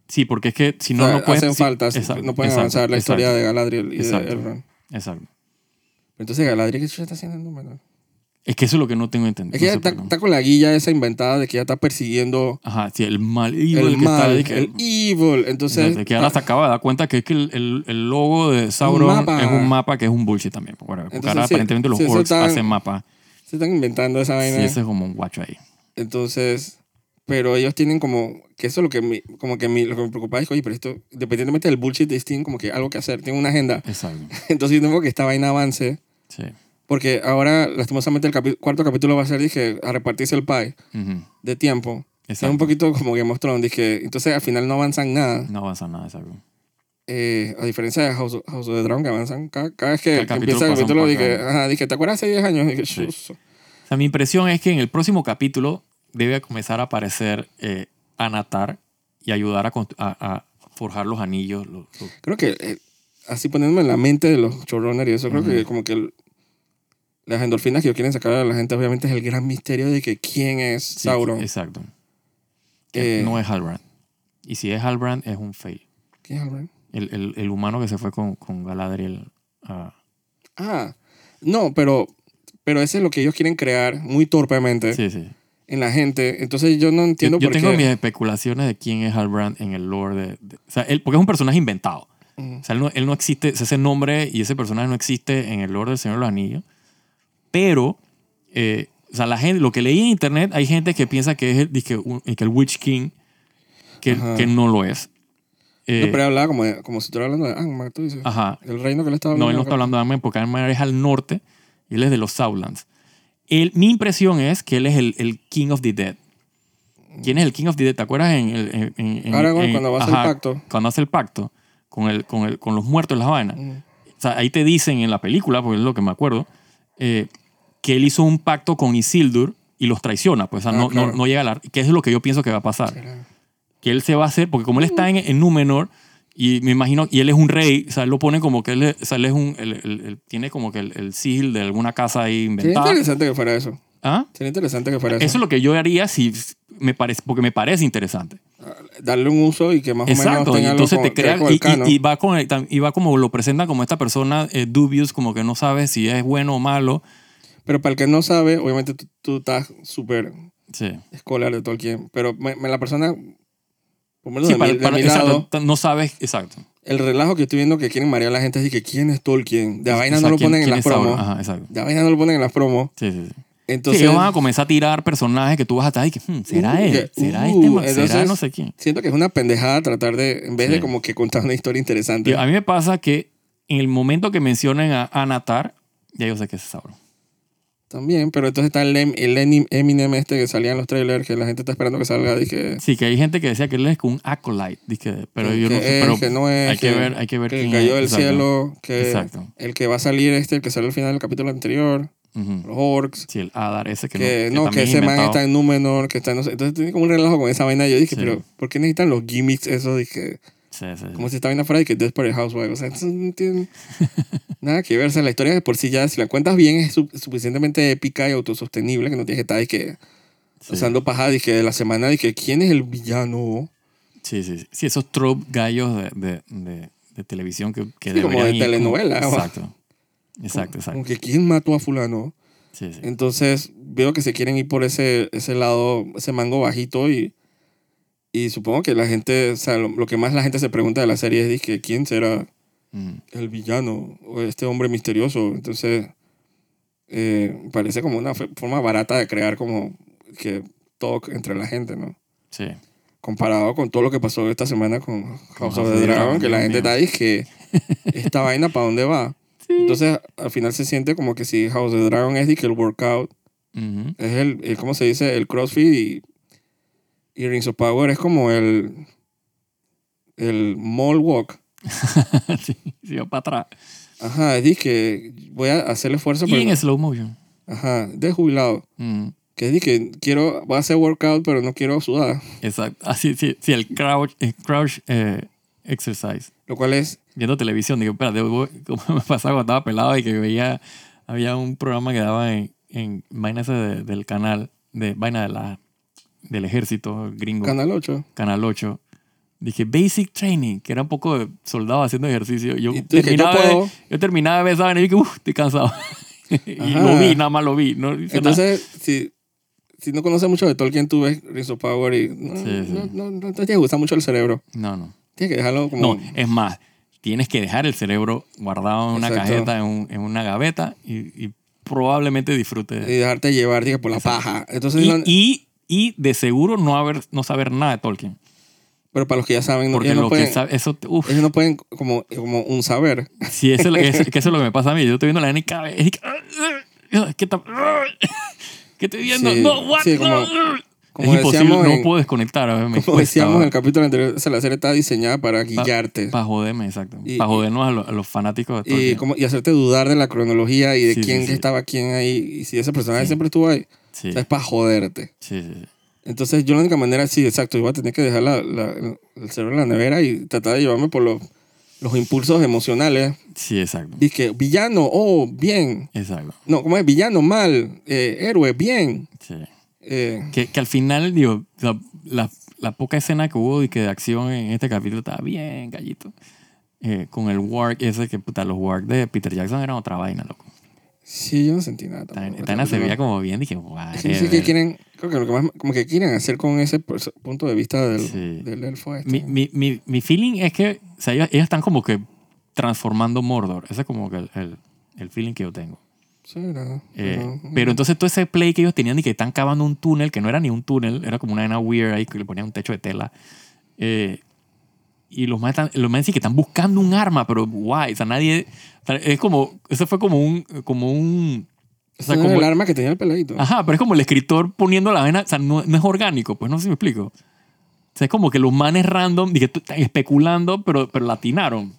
B: Sí, porque es que si
A: O
B: no,
A: sea,
B: no pueden...
A: hacen
B: sí,
A: falta,
B: exacto,
A: no pueden
B: exacto,
A: avanzar la
B: exacto,
A: historia de Galadriel y
B: Exacto.
A: de Elrond.
B: Exacto.
A: Entonces Galadriel, ¿qué chucha está haciendo en Númenor?
B: Es que eso es lo que no tengo entendido.
A: Es que
B: No
A: ella está,
B: sé por qué no.
A: está con la guilla esa inventada de que ella está persiguiendo
B: Ajá, sí, el mal evil
A: el
B: que está
A: mal,
B: ahí que-
A: el evil. Entonces,
B: de que ahora
A: está-
B: se acaba de dar cuenta que es que el, el- el logo de Sauron
A: mapa.
B: es un mapa que es un bullshit también. whatever. Porque
A: Entonces,
B: ahora
A: sí,
B: aparentemente los
A: sí, eso
B: orcs
A: está-
B: hacen mapas.
A: se están inventando esa
B: Sí,
A: vaina.
B: ese es como un guacho ahí.
A: Entonces, pero ellos tienen como, que eso es lo que, me- como que me, lo que me preocupaba es que, oye, pero esto, independientemente del bullshit, ellos tienen como que algo que hacer, tienen una agenda.
B: Exacto.
A: Entonces yo tengo que esta vaina avance,
B: Sí.
A: porque ahora, lastimosamente, el capi- cuarto capítulo va a ser, dije, a repartirse el pie
B: Ujú.
A: de tiempo. Es
B: Exacto.
A: un poquito como Game of Thrones, dije, entonces al final no avanzan nada.
B: No avanza nada, exacto.
A: Eh, a diferencia de House, House of the Dragon, que avanzan cada, cada vez que,
B: Cada
A: que
B: capítulo
A: empieza el
B: pasa un
A: capítulo,
B: par de
A: dije,
B: años.
A: ajá, dije, ¿te acuerdas hace 10 años? Dije,
B: Sí.
A: "Chuzo".
B: O sea, mi impresión es que en el próximo capítulo debe comenzar a aparecer eh, Anatar y ayudar a, constru- a- a forjar los anillos. los- los-
A: Creo que, eh, así poniéndome en la mente de los showrunners y eso, creo que como que el- las endorfinas que ellos quieren sacar a la gente, obviamente, es el gran misterio de que quién es
B: Sí,
A: Sauron.
B: Exacto.
A: Eh,
B: no es Halbrand. Y si es Halbrand, es un fail.
A: ¿Quién es Halbrand?
B: El, el- el humano que se fue con, con Galadriel. a-
A: Ah, no, pero, pero ese es lo que ellos quieren crear muy torpemente
B: sí, sí.
A: en la gente. Entonces yo no
B: Yo,
A: Eh, entiendo
B: yo
A: por
B: tengo
A: qué.
B: mis especulaciones de quién es Halbrand en el lore de... de- o sea, él, porque es un personaje inventado.
A: Ujú.
B: O sea, él no, él no existe, o sea, ese nombre y ese personaje no existe en el Lord del Señor de los Anillos. Pero, eh, o sea, la gente, lo que leí en internet, hay gente que piensa que es el, dizque un- que el Witch King, que,
A: Ajá.
B: que no lo es. Eh,
A: No, pero hablaba como, de- como si estuvieras hablando de Angmar, tú dices.
B: Ajá.
A: El reino que le estaba hablando.
B: No, él no está hablando de Amén porque Amén es al norte y él es de los Southlands. Él- mi impresión es que él es el, el King of the Dead. ¿Quién es el King of the Dead? ¿Te acuerdas en... el- en- en- en-
A: Aragorn,
B: en-
A: cuando va a hacer el pacto.
B: Cuando hace el pacto con, el, con, el, con los muertos en las vainas.
A: Mm.
B: O sea, ahí te dicen en la película, porque es lo que me acuerdo, eh, que él hizo un pacto con Isildur y los traiciona. Pues, o sea,
A: Ah,
B: no, no-
A: claro.
B: no llega a la... ¿Qué es lo que yo pienso que va a pasar?
A: Era-
B: Que él se va a hacer... Porque como él
A: Mm.
B: está en, en Númenor, y me imagino... Y él es un rey, o sea, él lo pone como que él, es- o sea, él es un... él- él- él tiene como que el, el sigil de alguna casa ahí
A: Sería
B: inventada.
A: interesante que fuera eso.
B: ¿Ah?
A: Sería interesante que fuera eso.
B: Eso es lo que yo haría si... Me parece, porque me parece interesante.
A: Darle un uso y que más o menos
B: Exacto, y
A: tenga
B: entonces
A: algo
B: te
A: con- que
B: crea
A: ver con
B: y,
A: el canon.
B: y- y va con el- tam- y va como lo presentan como esta persona eh, dubious, como que no sabe si es bueno o malo.
A: Pero para el que no sabe, obviamente tú, tú estás súper
B: Sí.
A: escolar de Tolkien. Pero me, me la persona, por lo menos
B: Sí,
A: de,
B: para-
A: mi, de
B: para-
A: mi
B: exacto,
A: lado,
B: t- no sabes, exacto.
A: el relajo que estoy viendo que quieren marear a la gente es de que quién es Tolkien. De vaina no
B: O sea,
A: lo
B: ¿quién-
A: ponen en
B: quién
A: las
B: es Sauron?
A: promos.
B: Ajá, exacto.
A: De vaina no lo ponen en las promos.
B: Sí, sí, sí. Sí,
A: Entonces,
B: ellos van a comenzar a tirar personajes que tú vas a estar ahí que, hmm, ¿será
A: Uh,
B: él?
A: que-
B: ¿Será
A: uh,
B: este? ma- ¿Será
A: entonces-
B: no sé quién?
A: siento que es una pendejada tratar de, en vez de
B: Sí.
A: como que contar una historia interesante.
B: Y a mí me pasa que en el momento que mencionen a Anatar, ya yo sé que es Sauron.
A: También, pero entonces está el, Em- el Enim- Eminem este que salía en los trailers, que la gente está esperando que salga. Dije,
B: Sí, que hay gente que decía que él es como un acolyte, dizque, pero yo
A: que
B: no sé,
A: es,
B: pero
A: que no es,
B: hay que ver, hay que ver
A: que
B: quién
A: cayó
B: es,
A: del
B: exacto.
A: cielo, que
B: Exacto.
A: el que va a salir este, el que salió al final del capítulo anterior,
B: Ujú.
A: los orcs,
B: Sí, el Adar ese que,
A: que, no, que
B: también es
A: ese man
B: inventado.
A: está en Númenor, que está en no sé, entonces tiene como un relajo con esa vaina. Yo dije,
B: Sí.
A: pero ¿por qué necesitan los gimmicks esos? Dije,
B: Sí, sí, sí.
A: como si esta vaina fuera de que Desperate Housewives, o sea, eso no tiene nada que ver, o sea, la historia de por sí ya, si la cuentas bien, es su- suficientemente épica y autosostenible que no tienes que estar ahí que
B: Sí.
A: usando paja dije, de la semana. Dije, ¿quién es el villano?
B: Sí, sí, sí. Sí, esos trope gallos de, de, de- de televisión que, que
A: Sí, como
B: deberían
A: de
B: ir
A: telenovela, ¿no?
B: Exacto. Exacto, exacto.
A: Como que, ¿quién mató a fulano?
B: Sí, sí.
A: Entonces veo que se quieren ir por ese, ese lado, ese mango bajito y, y supongo que la gente, o sea, lo, lo que más la gente se pregunta de la serie es dizque, quién será
B: Mm.
A: el villano o este hombre misterioso. Entonces eh, parece como una fe- forma barata de crear como que talk entre la gente, ¿no?
B: Sí.
A: Comparado con todo lo que pasó esta semana con House of the Dragon, que la
B: Dios
A: gente
B: mío.
A: está que esta vaina para dónde va. Entonces al final se siente como que si House of the Dragon es dizque, el workout
B: Ujú.
A: es el, el- ¿cómo se dice? El CrossFit y, y Rings of Power es como el, el mall walk.
B: sí, sí, va para atrás.
A: Ajá, es que voy a hacer el esfuerzo.
B: Y
A: pero
B: en
A: no-
B: slow motion.
A: Ajá, de jubilado.
B: Mm.
A: Que es que quiero, voy a hacer workout, pero no quiero sudar.
B: Exacto. Así, sí, sí, el crouch, el crouch eh, exercise.
A: Lo cual es,
B: Viendo televisión, digo, espérate, voy- como me pasaba cuando estaba pelado y que veía, había un programa que daba en, en vaina ese de- del canal, de vaina de la, del ejército gringo.
A: Canal 8.
B: Canal 8. Dije, Basic Training, que era un poco de soldado haciendo ejercicio. Yo
A: Y tú dices,
B: terminaba,
A: yo
B: de-
A: puedo.
B: yo terminaba de ver esa vaina y dije, uff, estoy cansado. y
A: Ajá.
B: lo vi, nada más lo vi. No hice nada.
A: Entonces, si, si no conoces mucho de Tolkien, tú ves Rings of Power y no,
B: Sí, sí.
A: no, no, no te gusta mucho el cerebro.
B: No, no.
A: Tienes que dejarlo como...
B: No, es más, tienes que dejar el cerebro guardado en una
A: Exacto.
B: cajeta, en, un- en una gaveta y, y probablemente
A: Y
B: disfrutes.
A: dejarte llevar, dije, por la paja. Entonces,
B: Y,
A: no-
B: y, y de seguro no, haber, no saber nada de Tolkien.
A: pero para los que ya saben, no,
B: Porque
A: ellos no
B: lo
A: pueden-
B: que sabe, eso, te- uf,
A: Ellos no pueden como, como un saber.
B: Sí, eso es, lo que, eso- que eso es lo que me pasa a mí. Yo estoy viendo la N y cada vez. y que, ah, ah, ¿Qué, está- ah, ¿Qué estoy viendo?
A: Sí,
B: no, what?
A: sí,
B: No,
A: como-
B: ah.
A: como
B: es imposible,
A: decíamos
B: no
A: en-
B: puedo desconectar. A ver, me
A: Como
B: cuesta,
A: decíamos en el capítulo anterior, o sea, la serie está diseñada para guiarte
B: Para joderme, exacto.
A: Y-
B: Para jodernos a, lo- a los fanáticos de
A: y,
B: Tolkien.
A: como, y hacerte dudar de la cronología y de
B: Sí, sí,
A: quién
B: sí.
A: estaba quién ahí y si ese personaje siempre estuvo ahí.
B: Sí,
A: O sea, es para joderte.
B: sí, sí. sí.
A: Entonces yo la única manera, sí, exacto, yo voy a tener que dejar la, la- el cerebro en la nevera y tratar de llevarme por los, los impulsos emocionales.
B: Sí, exacto.
A: Dije, villano, oh, bien.
B: Exacto.
A: No, ¿cómo es? Villano, mal. Eh, héroe, bien.
B: Sí.
A: Eh,
B: Que, que al final, digo, o sea, la, la poca escena que hubo y que de acción en este capítulo estaba bien, gallito. Eh, con el work ese que, puta, los work de Peter Jackson eran otra vaina, loco.
A: sí, yo no sentí nada.
B: Tan,
A: tampoco.
B: tan se veía como bien, dije, guau.
A: Sí, sí, que quieren, creo que lo que más, como que quieren hacer con ese pers- punto de vista del,
B: Sí.
A: del elfo este.
B: mi, mi, mi, mi feeling es que o sea, ellos, ellos están como que transformando Mordor. Ese es como que el, el, el feeling que yo tengo.
A: Sí, no,
B: Eh,
A: pero-
B: pero entonces todo ese play que ellos tenían y que están cavando un túnel, que no era ni un túnel, era como una arena weird ahí que le ponían un techo de tela. Eh, y los más, están- los más sí que están buscando un arma, pero guay, o sea, nadie... o sea, Es como... Eso fue como un... Como un o
A: Ese
B: sea,
A: era
B: como-
A: el arma que tenía el peladito.
B: Ajá, pero es como el escritor poniendo la vena, o sea, no, no es orgánico, pues no sé si me explico. O sea, es como que los manes random, dije, tú- están especulando, pero, pero latinaron.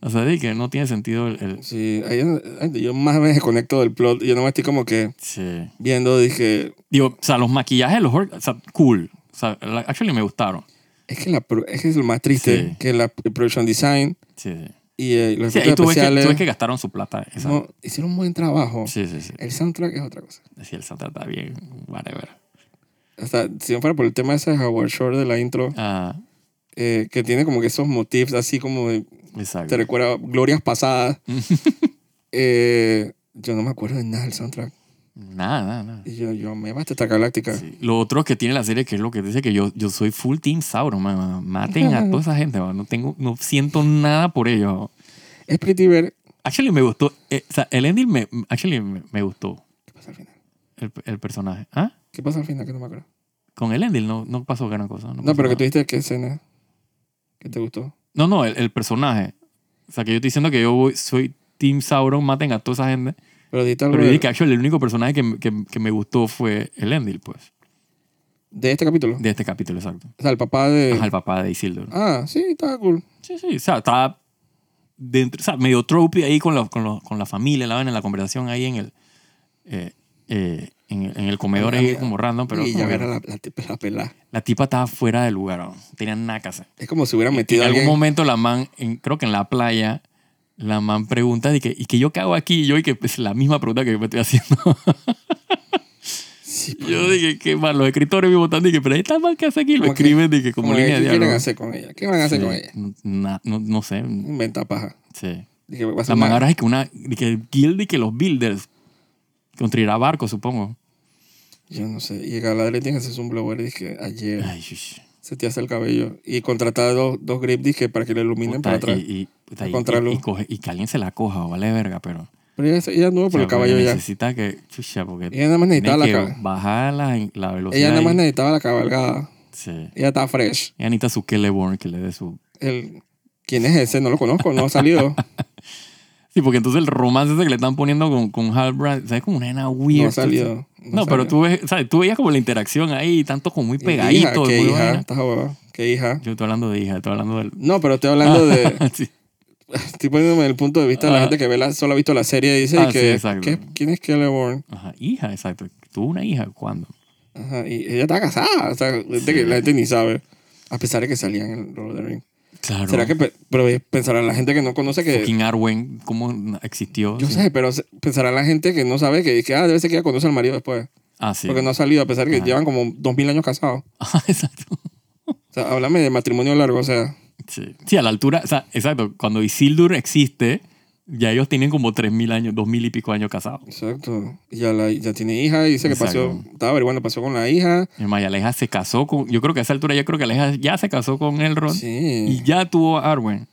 B: O sea, de que no tiene sentido el... el-
A: Sí, ahí es- ay, yo más me desconecto del plot. Yo nomás estoy como que
B: sí.
A: viendo, dije,
B: Digo, o sea, los maquillajes, los... or- O sea, cool. O sea, la- actually me gustaron.
A: es que, la, pro- es que es lo más triste,
B: Sí.
A: que la el production design
B: Sí, sí.
A: y eh, los
B: Sí, ahí
A: efectos
B: tú ves, que,
A: especiales
B: tú ves que gastaron su plata. esa-
A: no, hicieron un buen trabajo.
B: Sí, sí, sí.
A: El soundtrack es otra cosa.
B: Sí, el soundtrack está bien. Whatever.
A: Hasta si no fuera por el tema ese de Howard Shore de la intro,
B: Ah,
A: eh, que tiene como que esos motifs así como de
B: exacto.
A: te recuerda glorias pasadas.
B: Mm.
A: Eh, yo no me acuerdo de nada del soundtrack.
B: Nada, nada, nada.
A: Y yo, yo me basta esta galáctica.
B: Sí. Lo otro que tiene la serie, que es lo que dice que yo, yo soy full team Sauron, man, man. Maten a toda esa gente, man. No, tengo, no siento nada por ellos.
A: Es pretty ver.
B: Actually, me gustó. eh, o sea, el ending me, actually, me, me gustó
A: ¿Qué pasa al final?
B: el, el personaje. ¿Ah?
A: ¿Qué pasa al final? Que no me acuerdo.
B: Con el ending no, no pasó gran cosa. No,
A: No,
B: pasó
A: pero que
B: nada.
A: tú viste qué escena que te gustó.
B: No, no, el, el personaje. O sea, que yo estoy diciendo que yo voy- soy team Sauron, maten a toda esa gente.
A: Pero dijiste algo
B: Pero yo
A: de,
B: dije que actually, el único personaje que, que, que me gustó fue el ending, pues.
A: de este capítulo.
B: De este capítulo, exacto.
A: o sea, el papá de.
B: Ajá, el papá de Isildur.
A: Ah, sí, estaba cool.
B: Sí, sí, o sea, estaba dentro, o sea, medio trope ahí con, la- con, la- con la familia, la vaina, la conversación ahí en el, eh, eh, en, en el comedor ahí como random, pero
A: y
B: como
A: ya
B: que
A: era la, la, tipa- la pelá.
B: la tipa estaba fuera del lugar, ¿no? tenía nada que hacer.
A: Es como si hubieran
B: En
A: metido a
B: algún
A: alguien.
B: momento la man, en- creo que en la playa, la man pues, pregunta de que, ¿y que yo qué hago aquí? Y yo, y que es la misma pregunta que yo me estoy haciendo.
A: Sí, pues,
B: Yo dije, qué mal, los escritores me votan, dije, pero esta mal que hace aquí, lo
A: Como que-
B: escriben, dije, como
A: que,
B: línea de
A: ¿Qué quieren
B: diálogo.
A: hacer con ella? ¿Qué van a hacer con ella?
B: Sí, na- no, no sé,
A: Inventa paja.
B: sí.
A: Dije, va a ser
B: La
A: una-
B: manera es que una, de que guild y que los builders construirá barcos, supongo.
A: Yo no sé. Y Galadriel tiene que hacerse un blower, dije, ayer.
B: Ay, shush.
A: Se te hace el cabello. Y contratar dos, dos grip, dije, para que lo iluminen
B: Puta,
A: para atrás.
B: y, y, puta,
A: Al
B: y-
A: contraluz.
B: y- y coge- y que alguien se la coja o vale verga, pero.
A: Pero ella, ella anduvo por
B: o sea,
A: el caballo
B: porque
A: ya.
B: Necesita que. Chucha, porque.
A: Ella nada más necesitaba la
B: tiene que
A: cabalgada.
B: bajar la, la velocidad.
A: Ella nada más
B: y-
A: necesitaba la cabalgada.
B: sí.
A: Ella está fresh.
B: Ella necesita su Celeborn que le dé su.
A: El, ¿Quién es ese? No lo conozco, no ha salido.
B: Sí, porque entonces el romance ese que le están poniendo con, con Halbrand, ¿sabes? Como una nena weird.
A: no ha salido.
B: No, pero
A: salió.
B: tú ves, ¿sabes? Tú veías como la interacción ahí, tanto como muy
A: Y
B: pegadito.
A: Hija, ¿Qué
B: muy
A: hija?
B: vaina.
A: Estás huevón. ¿Qué hija?
B: Yo estoy hablando de hija, estoy hablando del.
A: No, pero estoy hablando de...
B: Sí.
A: Estoy poniéndome en el punto de vista de la
B: Ah.
A: gente que ve la- solo ha visto la serie y dice
B: Ah,
A: y
B: sí,
A: que...
B: exacto.
A: ¿qué- ¿Quién es Kelly Bourne?
B: Ajá, hija, exacto. Tuvo una hija, ¿cuándo?
A: Ajá, y ella está casada. O sea, gente que la gente ni sabe. A pesar de que salían en el Lord of the Rings.
B: Claro.
A: ¿Será que pe- pero pensará la gente que no conoce que...
B: Fucking Arwen, ¿cómo existió?
A: Yo
B: Sí.
A: sé, pero se- pensará la gente que no sabe que, que ah, debe ser que ella conoce al marido después.
B: Ah, sí.
A: Porque no ha salido, a pesar que
B: Ajá.
A: llevan como dos mil años casados.
B: Ah, exacto.
A: O sea, háblame de matrimonio largo, o sea.
B: Sí. Sí, a la altura, o sea, exacto. Cuando Isildur existe, ya ellos tienen como 3.000 años, 2.000 y pico años casados.
A: Exacto. Y ya, la, ya tiene hija y dice que pasó,
B: Exacto.
A: estaba averiguando, pasó con la hija.
B: Mi hermana, y Aleja se casó con, yo creo que a esa altura ya creo que Aleja ya se casó con Elrond
A: Sí.
B: y ya tuvo a Arwen.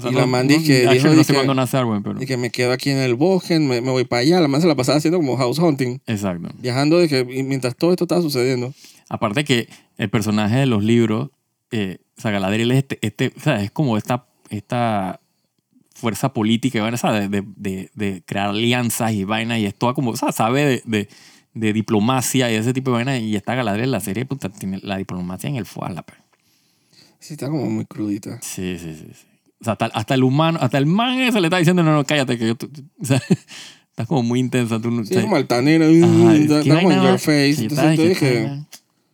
B: O
A: Y la man dice que-
B: actually,
A: dijo,
B: no
A: dice
B: sé
A: que-
B: cuándo nace Arwen, pero...
A: Y, que me quedo aquí en el bosque, me, me voy para allá. La man se la pasaba haciendo como house hunting.
B: Exacto.
A: Viajando de que, y mientras todo esto estaba sucediendo.
B: Aparte que el personaje de los libros, eh, o sea, Galadriel es, este, este- o sea, es como esta, esta fuerza política, ¿verdad? O sea, de, de, de- de crear alianzas y vainas, y es toda como, o sea, sabe de, de- de diplomacia y ese tipo de vainas, y está Galadriel en la serie, puta, tiene la diplomacia en el fuala. pe.
A: Sí, está como muy crudita.
B: Sí, sí, sí. sí. O sea, hasta, hasta el humano, hasta el man ese le está diciendo, no, no, cállate, que yo, tú- tú- o sea, estás como muy intensa. Tú, no-
A: Sí,
B: o sea,
A: como altanera.
B: ajá,
A: mm, Está
B: ¿qué
A: está como
B: vaina
A: en your
B: más?
A: face.
B: Sí, está,
A: Entonces yo
B: que-
A: dije,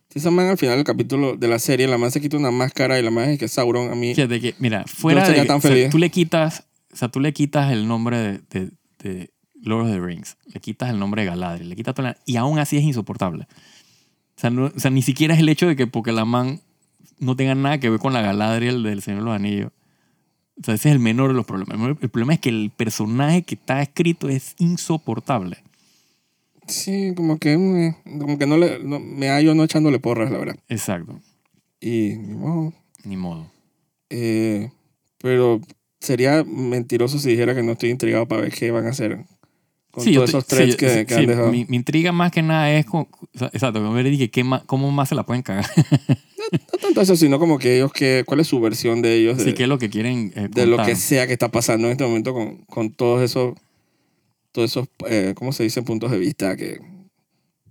A: si esa man al final del capítulo de la serie, la man se quita una máscara y la man es que Sauron a mí.
B: Fíjate que, mira, fuera
A: sería
B: de.
A: tan
B: o sea,
A: feliz.
B: tú le quitas. O sea, tú le quitas el nombre de, de, de Lord of the Rings. Le quitas el nombre de Galadriel. Le quitas toda la- Y aún así es insoportable. O sea, no- o sea, ni siquiera es el hecho de que porque la man no tenga nada que ver con la Galadriel del Señor de los Anillos. O sea, ese es el menor de los problemas. El menor- El problema es que el personaje que está escrito es insoportable.
A: Sí, como que, mm, como que no le, no- me hallo no echándole porras, la verdad.
B: Exacto.
A: Y ni modo.
B: Ni modo.
A: Eh, pero sería mentiroso si dijera que no estoy intrigado para ver qué van a hacer con
B: yo
A: todos
B: te-
A: esos threads
B: sí,
A: que,
B: sí,
A: que
B: sí,
A: han dejado.
B: Mi, mi intriga más que nada es. con- o sea, exacto, como ver, dije, ¿qué más- ¿cómo más se la pueden cagar?
A: No tanto eso, sino como que ellos, que, ¿cuál es su versión de ellos? De,
B: Así que es lo que quieren eh,
A: de lo
B: contar.
A: que sea que está pasando en este momento con, con todos esos, todos esos eh, ¿cómo se dicen? Puntos de vista que,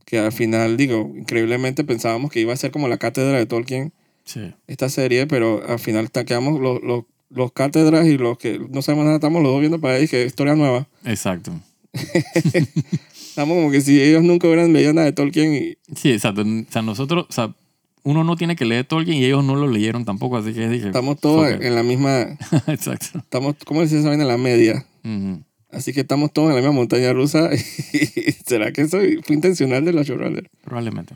A: que al final, digo, increíblemente pensábamos que iba a ser como la cátedra de Tolkien
B: Sí,
A: esta serie, pero al final ta- quedamos los, los, los cátedras y los que no sabemos nada, estamos los dos viendo para ahí que historia nueva.
B: exacto.
A: Estamos como que si ellos nunca hubieran leído nada de Tolkien y
B: Sí, exacto. O sea, nosotros, o sea, uno no tiene que leer Tolkien y ellos no lo leyeron tampoco, así que dije.
A: estamos todos
B: fuck it.
A: en la misma,
B: exacto.
A: estamos, ¿cómo se saben? En la media.
B: Ujú.
A: Así que estamos todos en la misma montaña rusa. y ¿Será que eso fue intencional de los showrunners?
B: Probablemente.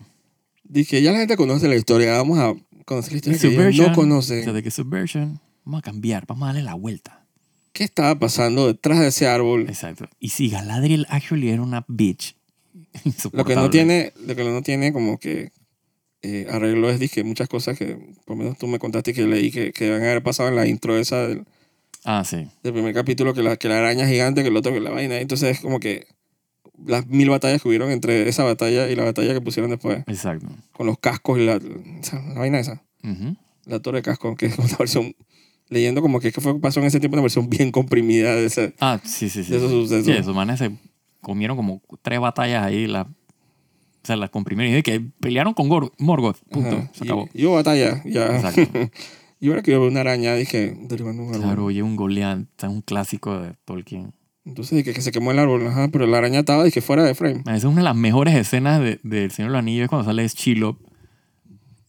A: Dije, ya la gente conoce la historia, vamos a conocer la historia que ellos no
B: O sea,
A: conocen.
B: de que Subversion, vamos a cambiar, vamos a darle la vuelta.
A: ¿Qué estaba pasando detrás de ese árbol?
B: Exacto. Y si Galadriel actually era una bitch.
A: Lo que
B: insoportable.
A: no tiene, lo que no tiene como que eh, arreglo es dije muchas cosas que por lo menos tú me contaste que leí que, que van a haber pasado en la intro esa del,
B: Ah, sí.
A: del primer capítulo que la, que la araña gigante, que el otro que la vaina. Entonces es como que las mil batallas que hubieron entre esa batalla y la batalla que pusieron después
B: Exacto.
A: con los cascos y la, esa- la vaina esa,
B: Ujú.
A: la torre de casco, que es una versión leyendo como que, es que fue, pasó en ese tiempo una versión bien comprimida de esa.
B: Ah, sí, sí, sí.
A: De esos sucesos.
B: Sí, esos manes se comieron como tres batallas ahí. La, o sea, las comprimieron. Y de que pelearon con Gor- Morgoth. Punto.
A: Ajá.
B: Se acabó.
A: Y, y hubo batalla, ya.
B: Exacto.
A: Y ahora que yo veo una araña, dije, derribando un árbol.
B: Claro, oye, un Goliath, o sea, un clásico de Tolkien.
A: Entonces dije que se quemó el árbol, ajá, pero la araña estaba dije fuera de frame.
B: Man, Esa es una de las mejores escenas de, de El Señor de los Anillos, es cuando sale Shiloh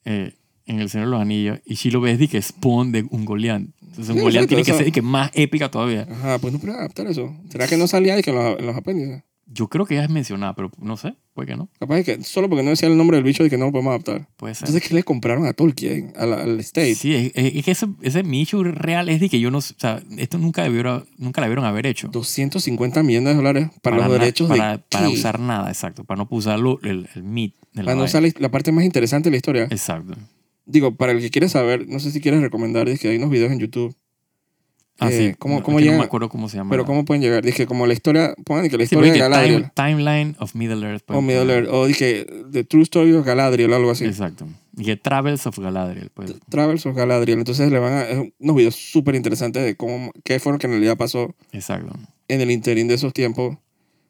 B: eh, en El Señor de los Anillos, y Shiloh es de que spawn de un Goliath. Entonces un
A: Sí,
B: Goliath
A: exacto,
B: tiene que
A: eso-
B: ser de que más épica todavía.
A: Ajá, pues no pude adaptar eso. ¿Será que no salía y que en los, en los apéndices?
B: Yo creo que ya es mencionada, pero no sé, puede que no.
A: Capaz es que solo porque no decía el nombre del bicho y que no lo podemos adaptar.
B: Puede ser.
A: Entonces, ¿qué le compraron a Tolkien? Al, al State.
B: Sí, es, es- es que ese, ese mi issue real es de que yo no, o sea, esto nunca debieron, nunca la debieron haber hecho.
A: 250 millones de dólares para, los
B: na-
A: derechos
B: para,
A: de...
B: para
A: ¿Qué?
B: usar nada, exacto, para no usar lo- el, el meat de la
A: Para no
B: vaina.
A: usar Eh, la, la parte más interesante de la historia.
B: Exacto.
A: Digo, para el que quiere saber, no sé si quieres recomendar, es que hay unos videos en YouTube.
B: Ah,
A: Eh,
B: sí.
A: ¿cómo-
B: No,
A: cómo
B: es que no
A: llega?
B: me acuerdo cómo se llama.
A: Pero
B: la-
A: ¿cómo pueden llegar? Dije, como la historia, pongan que la
B: Sí,
A: historia
B: pero
A: de
B: es que
A: Galadriel.
B: time- Timeline of Middle Earth. pues,
A: o Middle Earth. O dije, The True Story of Galadriel o algo así.
B: Exacto. Y que Travels of Galadriel. Pues.
A: Travels of Galadriel. Entonces le van a... es unos videos súper interesantes de cómo, qué fue lo que en realidad pasó
B: Exacto.
A: en el interín de esos tiempos.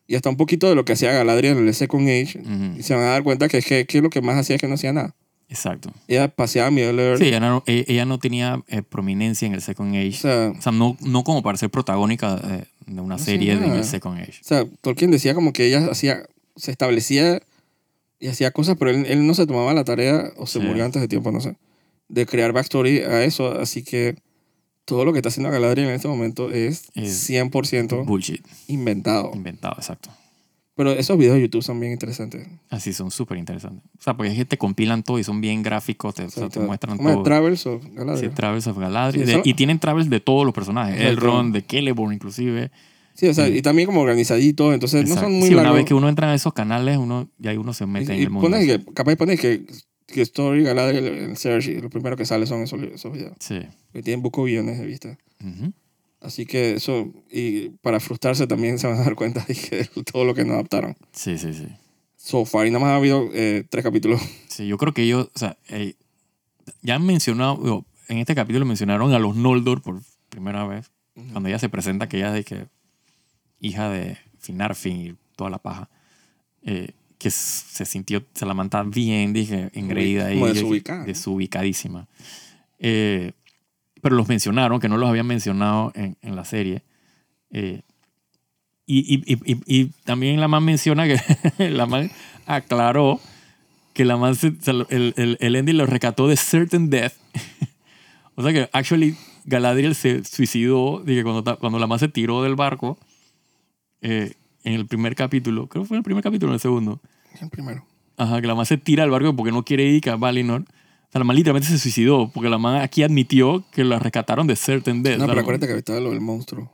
A: Y hasta un poquito de lo que hacía Galadriel en el Second Age.
B: Ujú.
A: Y se van a dar cuenta que es que, que lo que más hacía es que no hacía nada.
B: Exacto.
A: Ella paseaba Middle Earth.
B: Sí, ella no, e- ella no tenía eh, prominencia en el Second Age.
A: O sea,
B: O sea, no, no como para ser protagónica de, de una
A: No sé
B: serie de
A: nada.
B: el Second Age.
A: O sea, Tolkien decía como que ella hacía, se establecía y hacía cosas, pero él, él no se tomaba la tarea, o se
B: Sí.
A: murió antes de tiempo, no sé, de crear backstory a eso. Así que todo lo que está haciendo Galadriel en este momento es
B: Es
A: 100%
B: Bullshit.
A: inventado.
B: Oh. Inventado, exacto.
A: Pero esos videos de YouTube son bien interesantes.
B: Así son súper interesantes. O sea, porque es que te compilan todo y son bien gráficos, te, o sea, te
A: ¿cómo
B: muestran
A: es?
B: todo.
A: Travels o
B: Sí,
A: Galadriel.
B: Travels of Galadriel.
A: Sí,
B: De-
A: eso-
B: y tienen Travels de todos los personajes.
A: Exacto.
B: Elrond, de Celeborn inclusive.
A: Sí, o sea, y también como organizaditos, entonces no
B: Exacto.
A: son muy
B: Sí, una
A: largos.
B: vez que uno entra en esos canales, uno, ya uno se mete en
A: y y
B: el mundo.
A: pones que, capaz pones que, que Story, Galadriel, el Search, y lo primero que sale son esos, esos videos.
B: Sí.
A: Que tienen buco billones de vistas.
B: Ujú.
A: Así que eso, y para frustrarse también se van a dar cuenta de que todo lo que no adaptaron.
B: Sí, sí, sí.
A: So far, y nada más ha habido eh, tres capítulos.
B: Sí, yo creo que ellos, o sea, eh, ya han mencionado, digo, en este capítulo mencionaron a los Noldor por primera vez, cuando ella se presenta que ella es de que hija de Finarfin y toda la paja, eh, que s- se sintió, se la manta bien, dije, engreída y
A: Como desubicada, ¿no?
B: desubicadísima. Eh, pero los mencionaron, que no los habían mencionado en, en la serie. Eh, y, y- y- y- y también la man menciona que la man aclaró que la man se- se lo- el, el, el Andy lo rescató de certain death. o sea que actually Galadriel se suicidó dije, cuando, ta- cuando la man se tiró del barco eh, en el primer capítulo. Creo que fue en el primer capítulo o en el segundo.
A: El primero.
B: Ajá, que la man se tira del barco porque no quiere ir a Valinor. O sea, la man literalmente se suicidó porque la man aquí admitió que la rescataron de certain death.
A: No,
B: O sea,
A: pero
B: la-
A: acuérdate que estaba lo del monstruo.